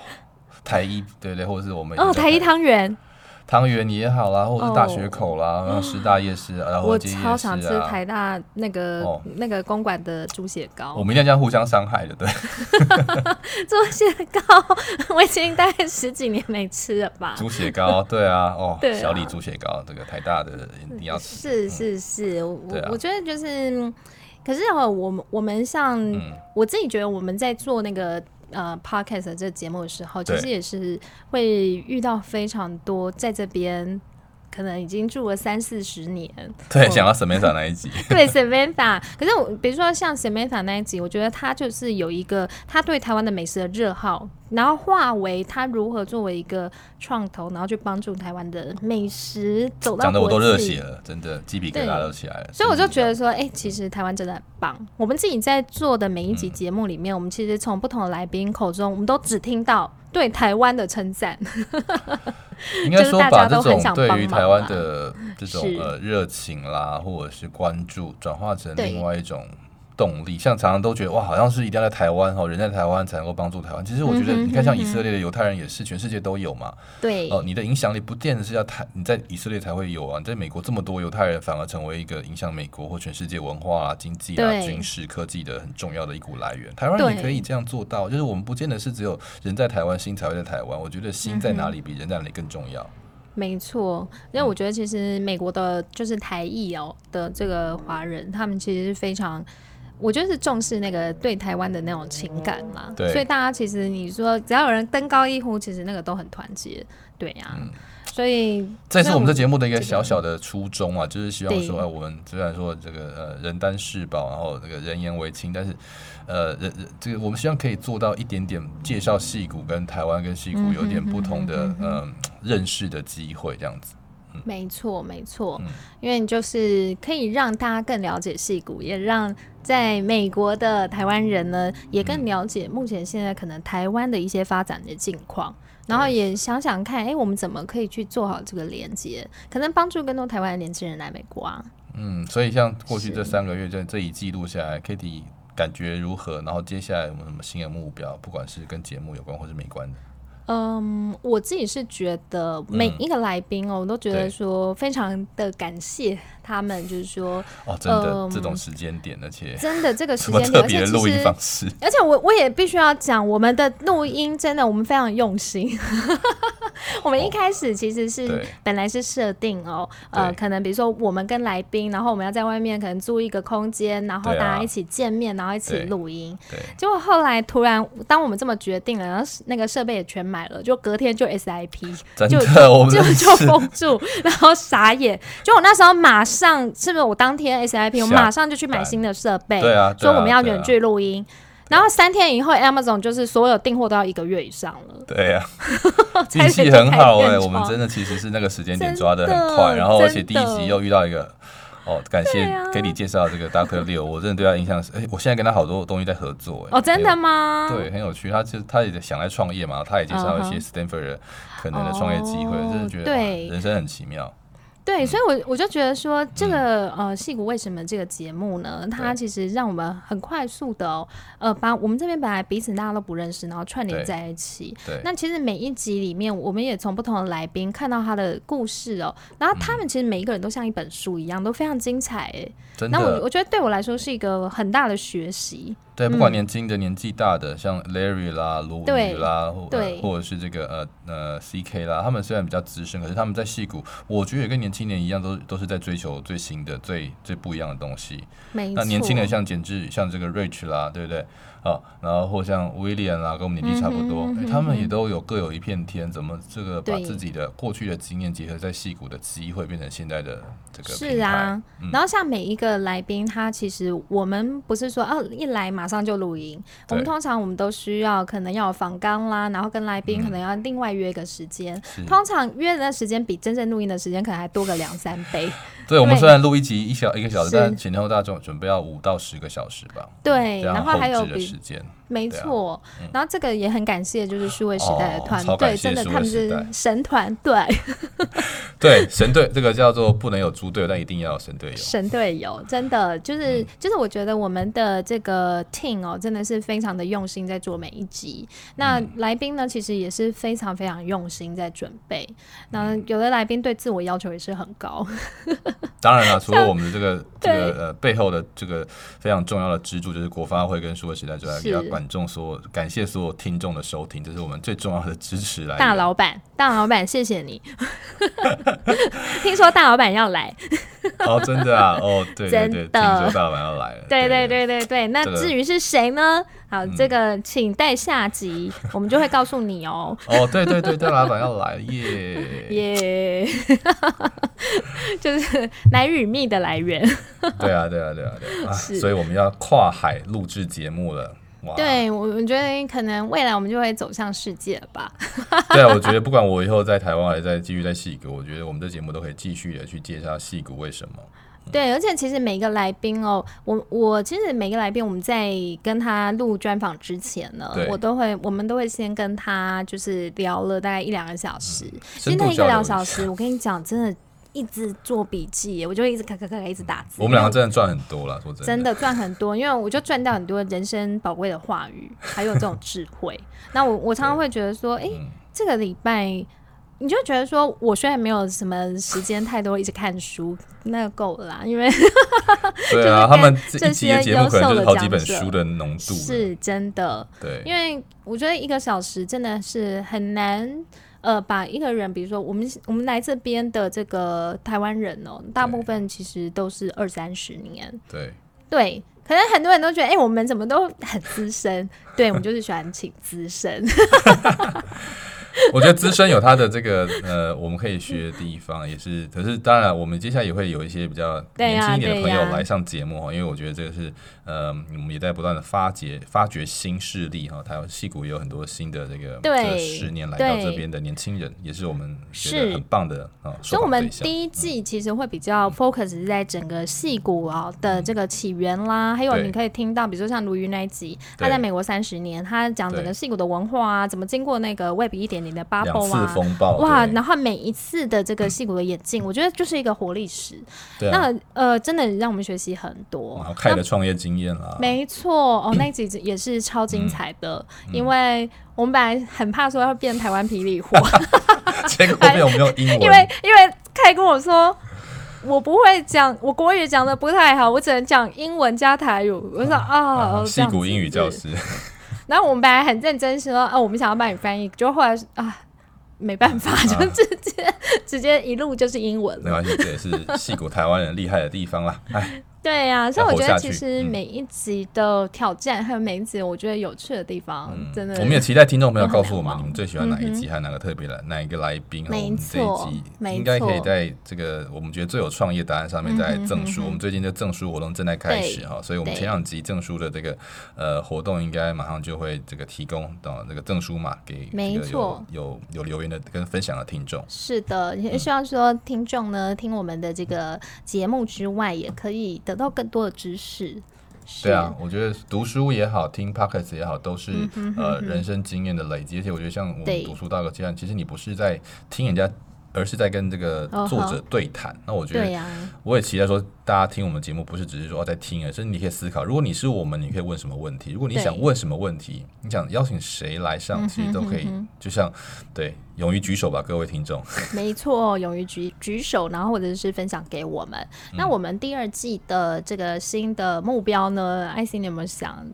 [SPEAKER 4] 台一，对对，或者是我们
[SPEAKER 3] 哦，
[SPEAKER 4] 以前
[SPEAKER 3] 台一汤圆，
[SPEAKER 4] 汤圆也好啦，或者是大学
[SPEAKER 3] 哦
[SPEAKER 4] 口啦，然后师大夜市，然后
[SPEAKER 3] 我
[SPEAKER 4] 街夜
[SPEAKER 3] 超想
[SPEAKER 4] 市
[SPEAKER 3] 吃
[SPEAKER 4] 啊
[SPEAKER 3] 台大那个、
[SPEAKER 4] 哦
[SPEAKER 3] 那个公馆的猪血糕。
[SPEAKER 4] 我们一定要这样互相伤害的，对，
[SPEAKER 3] 啊猪血糕，我已经大概十几年没吃了吧。
[SPEAKER 4] 猪血 糕，对啊，哦，
[SPEAKER 3] 对啊
[SPEAKER 4] 小李猪血糕，这个台大的一定要吃，
[SPEAKER 3] 是是是，我、
[SPEAKER 4] 对啊
[SPEAKER 3] 我觉得就是，嗯可是哦，我们我们像、
[SPEAKER 4] 嗯，
[SPEAKER 3] 我自己觉得我们在做那个呃 podcast 的这个节目的时候，其
[SPEAKER 4] 对
[SPEAKER 3] 实也是会遇到非常多在这边可能已经住了三四十年，
[SPEAKER 4] 对，想到 Samantha 那一 集，
[SPEAKER 3] 对 Samantha，可是我比如说像 Samantha 那一集，我觉得她就是有一个她对台湾的美食的热好，然后化为她如何作为一个创投，然后去帮助台湾的美食走到
[SPEAKER 4] 讲的我都
[SPEAKER 3] 国
[SPEAKER 4] 热
[SPEAKER 3] 际
[SPEAKER 4] 血嗯了，真的鸡皮疙瘩
[SPEAKER 3] 对
[SPEAKER 4] 都起来了，
[SPEAKER 3] 所以我就
[SPEAKER 4] 真的
[SPEAKER 3] 觉得说，哎、其实台湾真的很棒。我们自己在做的每一
[SPEAKER 4] 嗯
[SPEAKER 3] 集节目里面，我们其实从不同的来宾口中，我们都只听到对台湾的称赞。
[SPEAKER 4] 嗯应该说把这
[SPEAKER 3] 就是大家都很
[SPEAKER 4] 种
[SPEAKER 3] 想
[SPEAKER 4] 对
[SPEAKER 3] 帮
[SPEAKER 4] 于
[SPEAKER 3] 忙啊
[SPEAKER 4] 台湾的这种
[SPEAKER 3] 是
[SPEAKER 4] 呃热情啦，或者是关注，转化成
[SPEAKER 3] 对
[SPEAKER 4] 另外一种动力。像常常都觉得哇，好像是一定要在台湾哦，人在台湾才能够帮助台湾。其实我觉得，
[SPEAKER 3] 嗯哼
[SPEAKER 4] 你看像以色列的犹太人也是，全世界都有嘛。
[SPEAKER 3] 对，
[SPEAKER 4] 哦、你的影响力不见得是要台，你在以色列才会有啊。你在美国这么多犹太人，反而成为一个影响美国或全世界文化啊、经济啊、
[SPEAKER 3] 对
[SPEAKER 4] 军事、科技的很重要的一股来源。台湾人也
[SPEAKER 3] 对
[SPEAKER 4] 可以这样做到，就是我们不见得是只有人在台湾，心才会在台湾。我觉得心
[SPEAKER 3] 嗯
[SPEAKER 4] 在哪里比人在哪里更重要。
[SPEAKER 3] 没错。因为我觉得其实美国的就是台裔哦的这个华人，他们其实是非常。我觉得是重视那个对台湾的那种情感啦，
[SPEAKER 4] 对
[SPEAKER 3] 所以大家其实你说只要有人登高一呼，其实那个都很团结，对呀、所以
[SPEAKER 4] 这也是
[SPEAKER 3] 那
[SPEAKER 4] 我们
[SPEAKER 3] 我
[SPEAKER 4] 这节目的一个小小的初衷啊，就是希望说，
[SPEAKER 3] 对
[SPEAKER 4] 哎，我们虽然说这个呃人单势薄，然后这个人言为轻，但是呃人人这个我们希望可以做到一点点介绍戏骨跟台湾跟戏骨有点不同的嗯、呃认识的机会，这样子。
[SPEAKER 3] 没错，没错，
[SPEAKER 4] 嗯
[SPEAKER 3] 因为你就是可以让大家更了解戏骨，也让在美国的台湾人呢，也
[SPEAKER 4] 嗯
[SPEAKER 3] 更了解目前现在可能台湾的一些发展的境况，然后也想想看，哎、我们怎么可以去做好这个连接，可能帮助更多台湾的年轻人来美国啊。
[SPEAKER 4] 嗯，所以像过去
[SPEAKER 3] 是
[SPEAKER 4] 这三个月这这一季度下来 k i t y 感觉如何？然后接下来有没有什么新的目标？不管是跟节目有关或是没关的。
[SPEAKER 3] 嗯，我自己是觉得每一个来宾哦，我都觉
[SPEAKER 4] 嗯
[SPEAKER 3] 得
[SPEAKER 4] 对
[SPEAKER 3] 说非常的感谢他们，就是说
[SPEAKER 4] 哦，真的、
[SPEAKER 3] 嗯
[SPEAKER 4] 这种时间点，而且
[SPEAKER 3] 真的 这个时
[SPEAKER 4] 什么
[SPEAKER 3] 间
[SPEAKER 4] 特
[SPEAKER 3] 点，
[SPEAKER 4] 别的
[SPEAKER 3] 而且其
[SPEAKER 4] 录音
[SPEAKER 3] 实
[SPEAKER 4] 方式？
[SPEAKER 3] 而且我我也必须要讲，我们的录音真的我们非常用心。 我们一开始其实是、
[SPEAKER 4] 哦对
[SPEAKER 3] 本来是设定哦，呃，
[SPEAKER 4] 对
[SPEAKER 3] 可能比如说我们跟来宾，然后我们要在外面可能租一个空间，然后
[SPEAKER 4] 对
[SPEAKER 3] 大
[SPEAKER 4] 啊
[SPEAKER 3] 家一起见面，然后一起
[SPEAKER 4] 对
[SPEAKER 3] 录音。
[SPEAKER 4] 对，
[SPEAKER 3] 结果后来突然，当我们这么决定了，然后那个设备也全买了，就隔天就 SIP，
[SPEAKER 4] 真
[SPEAKER 3] 就
[SPEAKER 4] 的， 我们
[SPEAKER 3] 就
[SPEAKER 4] 真的
[SPEAKER 3] 就是 封住，然后傻眼。就我那时候马上，是不是我当天 SIP，我
[SPEAKER 4] 下
[SPEAKER 3] 马上就去买
[SPEAKER 4] 单
[SPEAKER 3] 新的设备，
[SPEAKER 4] 对啊对
[SPEAKER 3] 说哎我
[SPEAKER 4] 啊
[SPEAKER 3] 们要
[SPEAKER 4] 对啊
[SPEAKER 3] 远距录音。然后三天以后，Amazon 就是所有订货都要一个月以上了，
[SPEAKER 4] 对呀、
[SPEAKER 3] 才
[SPEAKER 4] 运
[SPEAKER 3] 能
[SPEAKER 4] 气
[SPEAKER 3] 够
[SPEAKER 4] 很
[SPEAKER 3] 开
[SPEAKER 4] 好
[SPEAKER 3] 院
[SPEAKER 4] 哎、我们
[SPEAKER 3] 窗
[SPEAKER 4] 真的其实是那个时间点
[SPEAKER 3] 真
[SPEAKER 4] 抓的很快，
[SPEAKER 3] 的
[SPEAKER 4] 然后而且
[SPEAKER 3] 真
[SPEAKER 4] 第一
[SPEAKER 3] 的
[SPEAKER 4] 集又遇到一个。哦，感谢
[SPEAKER 3] 对啊
[SPEAKER 4] 给你介绍这个 Doctor 六，我真的对他印象是，哎、我现在跟他好多东西在合作、哎
[SPEAKER 3] 哦，真的？吗？
[SPEAKER 4] 很有对，很有趣。他其实他也想来创业嘛，他也介绍一些
[SPEAKER 3] 嗯哼
[SPEAKER 4] Stanford 的可能的创业机会，
[SPEAKER 3] 哦
[SPEAKER 4] 真的觉得、
[SPEAKER 3] 对
[SPEAKER 4] 哇人生很奇妙。嗯
[SPEAKER 3] 对，所以我我就觉得说，这个、呃，戏骨为什么这个节目呢？它
[SPEAKER 4] 对
[SPEAKER 3] 其实让我们很快速的、哦，呃，把我们这边本来彼此大家都不认识，然后串联
[SPEAKER 4] 对
[SPEAKER 3] 在一起。
[SPEAKER 4] 对，
[SPEAKER 3] 那其实每一集里面，我们也从不同的来宾看到他的故事哦，然后
[SPEAKER 4] 嗯
[SPEAKER 3] 他们其实每一个人都像一本书一样，都非常精彩诶。欸
[SPEAKER 4] 真
[SPEAKER 3] 那我
[SPEAKER 4] 的
[SPEAKER 3] 我觉得对我来说是一个很大的学习，
[SPEAKER 4] 对，不管年轻的、年纪大的，像 Larry 啦、卢
[SPEAKER 3] 嗯对
[SPEAKER 4] 宇啦，或呃
[SPEAKER 3] 对
[SPEAKER 4] 或者是这个呃呃 CK 啦，他们虽然比较资深，可是他们在戏骨，我觉得也跟年轻人一样，都都是在追求最新的、最最不一样的东西。
[SPEAKER 3] 没错。
[SPEAKER 4] 那年轻人像简志、像这个 Rich 啦，对不对？啊，然后或像 William 啦，跟我们年纪差不多，
[SPEAKER 3] 嗯哼
[SPEAKER 4] 诶
[SPEAKER 3] 嗯哼
[SPEAKER 4] 他们也都有各有一片天，怎么这个把
[SPEAKER 3] 对
[SPEAKER 4] 自己的过去的经验结合在戏骨的机会，变成现在的这个嗯
[SPEAKER 3] 是啊，然后像每一个来宾，他其实我们不是说哦一来马上就录音，我们
[SPEAKER 4] 对
[SPEAKER 3] 通常我们都需要可能要有访纲啦，然后跟来宾
[SPEAKER 4] 嗯
[SPEAKER 3] 可能要另外约一个时间，
[SPEAKER 4] 是
[SPEAKER 3] 通常约的时间比真正录音的时间可能还多个两三 倍。
[SPEAKER 4] 对，我们
[SPEAKER 3] 对
[SPEAKER 4] 虽然录一集一小一个小时，
[SPEAKER 3] 是
[SPEAKER 4] 但前后大众准备要五到十个小时吧。
[SPEAKER 3] 对
[SPEAKER 4] 这样
[SPEAKER 3] 然后还有
[SPEAKER 4] 啊后置的
[SPEAKER 3] 比
[SPEAKER 4] 时间，
[SPEAKER 3] 没
[SPEAKER 4] 对啊
[SPEAKER 3] 错，然后这个也很感谢，就是数位时代的
[SPEAKER 4] 哦
[SPEAKER 3] 团
[SPEAKER 4] 超
[SPEAKER 3] 队，
[SPEAKER 4] 感谢
[SPEAKER 3] 真的
[SPEAKER 4] 数
[SPEAKER 3] 他
[SPEAKER 4] 位
[SPEAKER 3] 们
[SPEAKER 4] 时
[SPEAKER 3] 是
[SPEAKER 4] 代
[SPEAKER 3] 神团队、
[SPEAKER 4] 对神队这个叫做不能有猪队友，但一定要有神队友。
[SPEAKER 3] 神队友，真的就是、就是我觉得我们的这个 team 哦，真的是非常的用心在做每一集。那来宾呢，其实也是非常非常用心在准备。那有的来宾对自我要求也是很高，
[SPEAKER 4] 当然了，除了我们的这个这
[SPEAKER 3] 对
[SPEAKER 4] 个呃背后的这个非常重要的支柱，就是国发会跟数位时代之外，
[SPEAKER 3] 是
[SPEAKER 4] 也要管众所有感谢所有听众的收听，这是我们最重要的支持来源。
[SPEAKER 3] 大老板，大老板，谢谢你。 听说大老板要来，
[SPEAKER 4] 哦，真的啊，哦，对对对，
[SPEAKER 3] 真
[SPEAKER 4] 听
[SPEAKER 3] 的
[SPEAKER 4] 说大老板要来了，
[SPEAKER 3] 对对
[SPEAKER 4] 对
[SPEAKER 3] 对对对，那
[SPEAKER 4] 这个
[SPEAKER 3] 至于是谁呢？好，这个请待下集，我们就会告诉你哦。
[SPEAKER 4] 哦，对对对，大老板要来 耶
[SPEAKER 3] 耶，就是来与蜜的来源。
[SPEAKER 4] 对啊，对啊，对啊，对啊，啊
[SPEAKER 3] 是
[SPEAKER 4] 所以我们要跨海录制节目了。哇，
[SPEAKER 3] 对我，我觉得可能未来我们就会走向世界了吧。
[SPEAKER 4] 对啊，我觉得不管我以后在台湾还是在继续在戏谷，我觉得我们这节目都可以继续的去介绍戏谷为什么。
[SPEAKER 3] 对，而且其实每一个来宾哦，我我其实每个来宾，我们在跟他录专访之前呢
[SPEAKER 4] 对，
[SPEAKER 3] 我都会，我们都会先跟他就是聊了大概一两个小时。其实
[SPEAKER 4] 嗯深度
[SPEAKER 3] 那一
[SPEAKER 4] 交
[SPEAKER 3] 个
[SPEAKER 4] 流
[SPEAKER 3] 两
[SPEAKER 4] 一下
[SPEAKER 3] 小时，我跟你讲，真的一直做笔记耶，我就一直咔咔咔咔一直打字。
[SPEAKER 4] 我们两个真的赚很多了，说真的。
[SPEAKER 3] 真的赚很多，因为我就赚到很多人生宝贵的话语，还有这种智慧。那我我常常会觉得说，诶，
[SPEAKER 4] 嗯
[SPEAKER 3] 这个礼拜你就觉得说，我虽然没有什么时间太多一直看书，那够了啦，因为
[SPEAKER 4] 对啊，
[SPEAKER 3] 就是跟
[SPEAKER 4] 他们这
[SPEAKER 3] 这
[SPEAKER 4] 一集的
[SPEAKER 3] 些
[SPEAKER 4] 节目可能就是好几本
[SPEAKER 3] 优秀的讲者
[SPEAKER 4] 书的浓度了。
[SPEAKER 3] 是真的，
[SPEAKER 4] 对，
[SPEAKER 3] 因为我觉得一个小时真的是很难。呃，把一个人，比如说我们我们来这边的这个台湾人哦，大部分其实都是二三十年，
[SPEAKER 4] 对，
[SPEAKER 3] 对，可能很多人都觉得，哎、我们怎么都很资深？对，我们就是喜欢请 资深，
[SPEAKER 4] 我觉得资深有他的这个呃，我们可以学的地方，也是。可是当然，我们接下来也会有一些比较
[SPEAKER 3] 对
[SPEAKER 4] 年
[SPEAKER 3] 呀
[SPEAKER 4] 轻一点的朋
[SPEAKER 3] 对
[SPEAKER 4] 友
[SPEAKER 3] 呀
[SPEAKER 4] 来上节目哈，因为我觉得这个是呃，我们也在不断的发掘发掘新势力哈。台湾戏骨也有很多新的这个
[SPEAKER 3] 对
[SPEAKER 4] 这十年来到
[SPEAKER 3] 对
[SPEAKER 4] 这边的年轻人，也是我们觉
[SPEAKER 3] 是
[SPEAKER 4] 得很棒的啊。
[SPEAKER 3] 所以我们第
[SPEAKER 4] 一
[SPEAKER 3] 一季其实会比较 focus 在整个戏骨啊的这个起源啦，还有
[SPEAKER 4] 对
[SPEAKER 3] 你可以听到，比如说像卢云那一集，
[SPEAKER 4] 嗯
[SPEAKER 3] 他
[SPEAKER 4] 对
[SPEAKER 3] 在美国三十年，他讲整个
[SPEAKER 4] 对
[SPEAKER 3] 戏骨的文化啊，怎么经过那个 Web 一点零的
[SPEAKER 4] 两
[SPEAKER 3] bubble
[SPEAKER 4] 次
[SPEAKER 3] 啊。
[SPEAKER 4] 风暴
[SPEAKER 3] 哇，
[SPEAKER 4] 对
[SPEAKER 3] 然后每一次的这个戏骨的演进，我觉得就是一个活历史。
[SPEAKER 4] 对啊
[SPEAKER 3] 那呃，真的让我们学习很多。
[SPEAKER 4] 然后看你的创业经验啦，
[SPEAKER 3] 没 错，哦，那一集也是超精彩的，
[SPEAKER 4] 嗯
[SPEAKER 3] 因为我们本来很怕说要变台湾霹雳 火，
[SPEAKER 4] 啊结果没有没有英文，
[SPEAKER 3] 因为因为凯跟我说。我不会讲，我国语讲的不太好，我只能讲英文加台语。我说啊，哦
[SPEAKER 4] 啊戏骨英语教。
[SPEAKER 3] 这样子
[SPEAKER 4] 师。
[SPEAKER 3] 然后我们本来很认真说，啊，我们想要帮你翻译，就后来啊，没办法，
[SPEAKER 4] 啊
[SPEAKER 3] 就直接、直接一路就是英文
[SPEAKER 4] 没
[SPEAKER 3] 了。
[SPEAKER 4] 关系，这也是戏骨台湾人厉害的地方啦。哎，
[SPEAKER 3] 对呀、所以我觉
[SPEAKER 4] 要
[SPEAKER 3] 得
[SPEAKER 4] 活下
[SPEAKER 3] 其
[SPEAKER 4] 去
[SPEAKER 3] 实
[SPEAKER 4] 嗯
[SPEAKER 3] 每一集的挑战还有每一集我觉得有趣的地方，真的
[SPEAKER 4] 嗯我们也期待听众朋友告诉我
[SPEAKER 3] 都很
[SPEAKER 4] 们，
[SPEAKER 3] 难 忘
[SPEAKER 4] 你们最喜欢哪一集，还有哪个特别的哪一个来宾？
[SPEAKER 3] 嗯没
[SPEAKER 4] 我们这一集
[SPEAKER 3] 错嗯没
[SPEAKER 4] 应该可以
[SPEAKER 3] 错
[SPEAKER 4] 在这个我们觉得最有创业答案上面再赠书。我们最近的赠书活动正在开始
[SPEAKER 3] 对
[SPEAKER 4] 哈，所以我们
[SPEAKER 3] 对
[SPEAKER 4] 前两集赠书的这个呃活动，应该马上就会这个提供到这个赠书码给这
[SPEAKER 3] 没
[SPEAKER 4] 个
[SPEAKER 3] 错
[SPEAKER 4] 有有有留言的跟分享的听众。
[SPEAKER 3] 是的，也
[SPEAKER 4] 嗯
[SPEAKER 3] 希望说听众呢，听我们的这个节目之外，也可以得到更多的知识。是
[SPEAKER 4] 对啊，，我觉得读书也好，听 podcast 也好，都是、
[SPEAKER 3] 嗯
[SPEAKER 4] 呃人生经验的累积。而且我觉得，像我
[SPEAKER 3] 对
[SPEAKER 4] 们读书到一个阶段，其实你不是在听人家，而是在跟这个
[SPEAKER 3] 哦
[SPEAKER 4] 作
[SPEAKER 3] 好
[SPEAKER 4] 者对谈。那我觉
[SPEAKER 3] 对
[SPEAKER 4] 得，
[SPEAKER 3] 呀、
[SPEAKER 4] 我也期待说，大家听我们节目不是只是说哦在听，而是你可以思考。如果你是我们，你可以问什么问题？如果你
[SPEAKER 3] 对嗯
[SPEAKER 4] 想问什么问题，你想邀请谁来上，其实都可以。就像对，勇于举手吧，各位听众。
[SPEAKER 3] 没错，勇于举举手，然后或者是分享给我们。
[SPEAKER 4] 嗯
[SPEAKER 3] 那我们第二季的这个新的目标呢？艾希，你有没有想？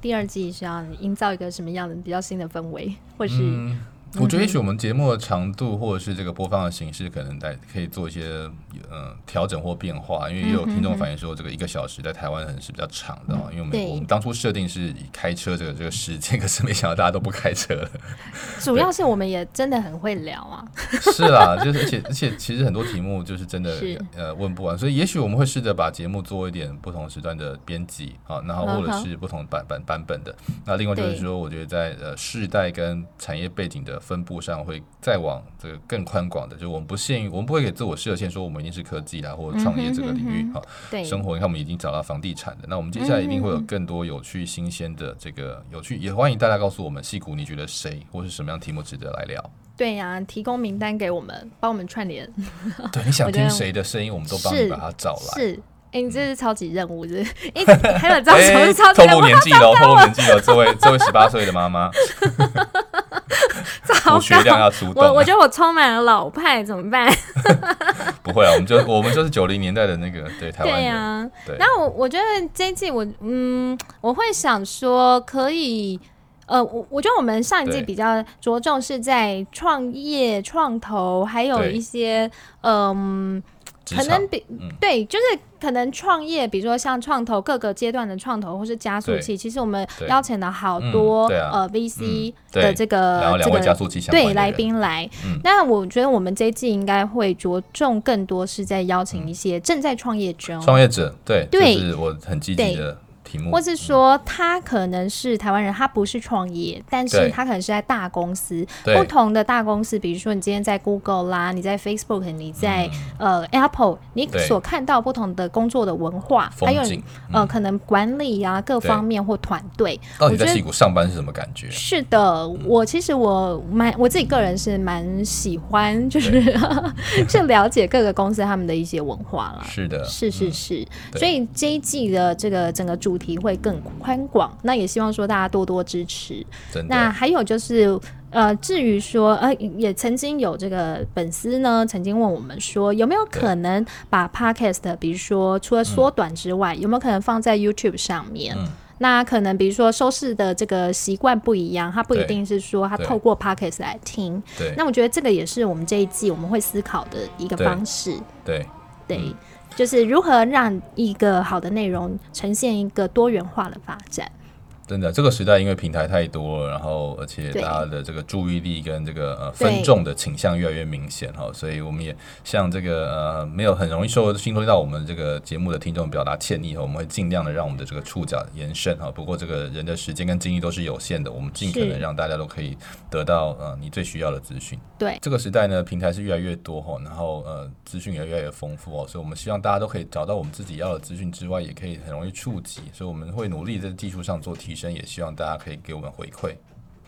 [SPEAKER 3] 第二季是要营造一个什么样的比较新的氛围，或是、
[SPEAKER 4] 嗯，我觉得也许我们节目的长度或者是这个播放的形式，可能在可以做一些嗯调整或变化，因为也有听众反映说，这个一个小时在台湾可能是比较长的哦，因为我
[SPEAKER 3] 对
[SPEAKER 4] 们我们当初设定是以开车这个这个时间， 可是没想到大家都不开车了。
[SPEAKER 3] 主要是我们也真的很会聊啊，
[SPEAKER 4] 是啦，就是而且而且其实很多题目就是真的
[SPEAKER 3] 是
[SPEAKER 4] 呃问不完，所以也许我们会试着把节目做一点不同时段的编辑啊，然后或者
[SPEAKER 3] 嗯哼
[SPEAKER 4] 是不同版版版本的。那另外就是
[SPEAKER 3] 对
[SPEAKER 4] 说，我觉得在呃世代跟产业背景的分布上，会再往这个更宽广的，就是我们不限于我们不会给自我设限，说我们一定是科技啦或者创业这个领域
[SPEAKER 3] 嗯哼嗯
[SPEAKER 4] 啊。
[SPEAKER 3] 对，嗯
[SPEAKER 4] 生活，你看我们已经找到房地产的，那我们接下来一定会有更多有趣新鲜的这个有趣，也欢迎大家告诉我们戏骨你觉得谁或是什么样题目值得来聊。
[SPEAKER 3] 对呀、提供名单给我们，帮我们串联。
[SPEAKER 4] 对，你想
[SPEAKER 3] 我觉得
[SPEAKER 4] 听谁的声音，我们都帮你
[SPEAKER 3] 是
[SPEAKER 4] 把它找来。嗯
[SPEAKER 3] 是，哎、你这是超级任务，是不是一直还有这什么是超级
[SPEAKER 4] 哎透
[SPEAKER 3] 任
[SPEAKER 4] 露
[SPEAKER 3] 务？
[SPEAKER 4] 年纪哦喽，透露年纪喽，这位这位十八岁的妈 妈，
[SPEAKER 3] 糟
[SPEAKER 4] 我学量
[SPEAKER 3] 糕！
[SPEAKER 4] 要出动
[SPEAKER 3] 我我
[SPEAKER 4] 了。
[SPEAKER 3] 觉得我充满了老派，怎么办？
[SPEAKER 4] 不会啊，我们就我们就是九零年代的那个对台湾
[SPEAKER 3] 对啊呀、
[SPEAKER 4] 人，对，
[SPEAKER 3] 那我我觉得这一季我嗯，我会想说可以。呃，我我觉得我们上一季
[SPEAKER 4] 对
[SPEAKER 3] 比较着重是在创业、创投，还有
[SPEAKER 4] 对
[SPEAKER 3] 一些嗯，
[SPEAKER 4] 职
[SPEAKER 3] 可
[SPEAKER 4] 场
[SPEAKER 3] 能比、
[SPEAKER 4] 嗯
[SPEAKER 3] 对，就是可能创业，比如说像创投各个阶段的创投，或是加速
[SPEAKER 4] 对
[SPEAKER 3] 器，其实我们
[SPEAKER 4] 对
[SPEAKER 3] 邀请了好
[SPEAKER 4] 嗯
[SPEAKER 3] 多、
[SPEAKER 4] 对啊
[SPEAKER 3] 呃 VC
[SPEAKER 4] 嗯对
[SPEAKER 3] 的这个、
[SPEAKER 4] 然后
[SPEAKER 3] 呃这
[SPEAKER 4] 两
[SPEAKER 3] 个
[SPEAKER 4] 位加速器相关的人
[SPEAKER 3] 对来，宾来。
[SPEAKER 4] 嗯
[SPEAKER 3] 那我觉得我们这一季应该会着重更多是在邀请一些正在创业哦中，
[SPEAKER 4] 嗯创业者，对，
[SPEAKER 3] 对
[SPEAKER 4] 这是我很积极的题目，
[SPEAKER 3] 或是说他可能是台湾人，他不是创业，但是
[SPEAKER 4] 对
[SPEAKER 3] 他可能是在大公司，
[SPEAKER 4] 对
[SPEAKER 3] 不同的大公司，比如说你今天在 Google 啦，你在 Facebook，你在、呃 Apple，你
[SPEAKER 4] 嗯对
[SPEAKER 3] 所看到不同的工作的文化，还有
[SPEAKER 4] 风景，嗯
[SPEAKER 3] 呃可能管理啊各
[SPEAKER 4] 对
[SPEAKER 3] 方面或团队，
[SPEAKER 4] 到
[SPEAKER 3] 我
[SPEAKER 4] 底
[SPEAKER 3] 觉
[SPEAKER 4] 在
[SPEAKER 3] 得
[SPEAKER 4] 戏骨上班是什么感觉？
[SPEAKER 3] 是的，
[SPEAKER 4] 嗯
[SPEAKER 3] 我其实我蛮我自己个人是蛮喜欢，就是 去了解各个公司他们的一些文化啦。
[SPEAKER 4] 是的，嗯
[SPEAKER 3] 啊是是是，
[SPEAKER 4] 对
[SPEAKER 3] 所以这一季的这个整个主题会更宽广，那也希望说大家多多支持。
[SPEAKER 4] 真
[SPEAKER 3] 那
[SPEAKER 4] 的，
[SPEAKER 3] 还有就是，呃，至于说，呃，也曾经有这个粉丝呢，曾经问我们说，有没有可能把 podcast，比如说除了缩短之外，有没有可能放在 YouTube 上面？
[SPEAKER 4] 嗯
[SPEAKER 3] 那可能比如说收视的这个习惯不一样，他不一
[SPEAKER 4] 对
[SPEAKER 3] 定是说他
[SPEAKER 4] 对
[SPEAKER 3] 透过 podcast 来听。
[SPEAKER 4] 对
[SPEAKER 3] 那我觉得这个也是我们这一季我们会思考的一个
[SPEAKER 4] 对嗯
[SPEAKER 3] 方式。
[SPEAKER 4] 对，
[SPEAKER 3] 对，就是如何让一个好的内容呈现一个多元化的发展。
[SPEAKER 4] 真的，这个时代因为平台太多了，然后而且
[SPEAKER 3] 对
[SPEAKER 4] 大家的这个注意力跟这个呃
[SPEAKER 3] 对
[SPEAKER 4] 分众的倾向越来越明显哈，所以我们也向这个呃没有很容易受听众到我们这个节目的听众表达歉意哈，我们会尽量的让我们的这个触角延伸哈。不过这个人的时间跟精力都是有限的，我们尽可
[SPEAKER 3] 是
[SPEAKER 4] 能让大家都可以得到呃你最需要的资讯。
[SPEAKER 3] 对
[SPEAKER 4] 这个时代呢，平台是越来越多哈，然后呃，资讯也越来越丰富哦，所以我们希望大家都可以找到我们自己要的资讯之外，也可以很容易触及，所以我们会努力在技术上做提升，也希望大家可以给我们回馈。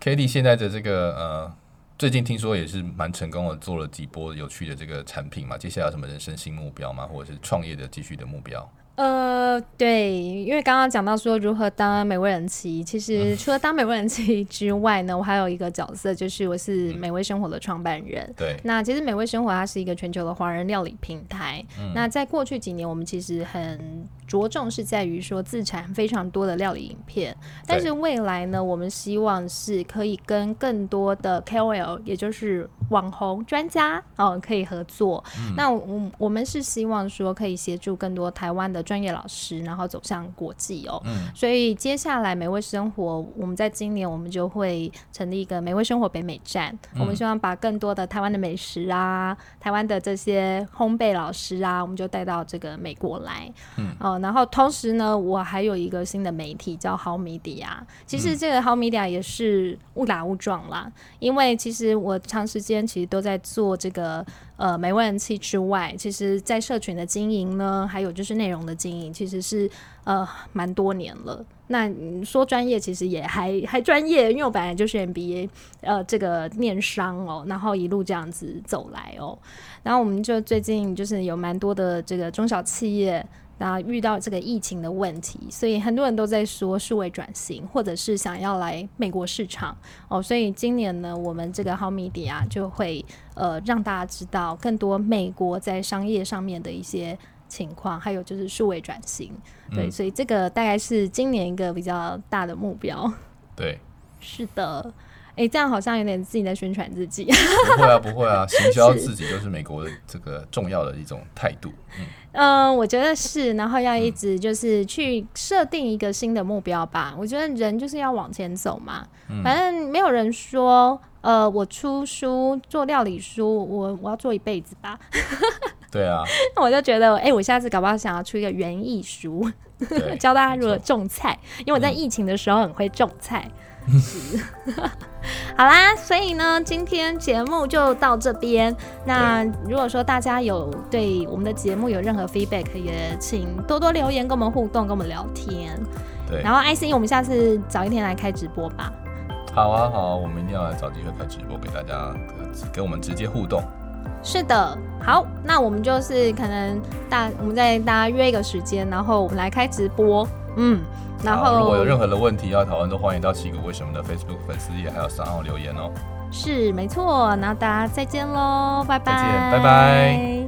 [SPEAKER 4] k a t i e 现在的这个呃，最近听说也是蛮成功的，做了几波有趣的这个产品嘛，接下来有什么人生新目标吗？或者是创业的继续的目标？
[SPEAKER 3] 呃，对，因为刚刚讲到说如何当美味人妻，其实除了当美味人妻之外呢，我还有一个角色，就是我是美味生活的创办人。
[SPEAKER 4] 对，
[SPEAKER 3] 那其实美味生活它是一个全球的华人料理平台。那在过去几年，我们其实很着重是在于说自产非常多的料理影片，但是未来呢，我们希望是可以跟更多的 KOL，也就是网红专家哦，可以合作。那我我们是希望说可以协助更多台湾的专业老师，然后走向国际哦。所以接下来美味生活，我们在今年我们就会成立一个美味生活北美站，我们希望把更多的台湾的美食啊，台湾的这些烘焙老师啊，我们就带到这个美国来。嗯，哦、然后同时呢，我还有一个新的媒体叫好米迪亚，其实这个好米迪亚也是误打误撞啦，因为其实我长时间其实都在做这个呃美味人气之外，其实在社群的经营呢，还有就是内容的经营，其实是呃蛮多年了。那嗯说专业其实也还还专业，因为我本来就是 MBA，呃，这个念商哦，然后一路这样子走来哦。然后我们就最近就是有蛮多的这个中小企业，然后遇到这个疫情的问题，所以很多人都在说数位转型，或者是想要来美国市场哦。所以今年呢，我们这个 How Media 就会呃让大家知道更多美国在商业上面的一些情况，还有就是数位转型，对，所以这个大概是今年一个比较大的目标。
[SPEAKER 4] 对，
[SPEAKER 3] 是的，诶，这样好像有点自己在宣传自己。
[SPEAKER 4] 不会啊，不会啊，行销自己就是美国的这个重要的一种态度。
[SPEAKER 3] 嗯，我觉得是，然后要一直就是去设定一个新的目标吧。我觉得人就是要往前走嘛，反正没有人说，呃，我出书做料理书，我我要做一辈子吧。
[SPEAKER 4] 对啊，
[SPEAKER 3] 那我就觉得，哎、我下次搞不好想要出一个园艺书，
[SPEAKER 4] 对，
[SPEAKER 3] 教大家如何
[SPEAKER 4] 没错嗯
[SPEAKER 3] 种菜，因为我在疫情的时候很会种 菜。嗯 是，好啦，所以呢，今天节目就到这边。那如果说大家有对我们的节目有任何 feedback，也请多多留言跟我们互动，跟我们聊天。
[SPEAKER 4] 对
[SPEAKER 3] 然，后 IC，我们下次早一天来开直播吧。
[SPEAKER 4] 好啊，好啊，我们一定要来找机会开直播给大家，呃跟我们直接互动。
[SPEAKER 3] 是的，好，那我们就是可能大，我们再大家约一个时间，然后我们来开直播。嗯，然
[SPEAKER 4] 好如
[SPEAKER 3] 后
[SPEAKER 4] 果有任何的问题要讨论，都欢迎到戏骨为什么的 Facebook 粉丝页还有三号留言哦。
[SPEAKER 3] 是没错，那大家再见喽，拜拜，
[SPEAKER 4] 再见拜拜。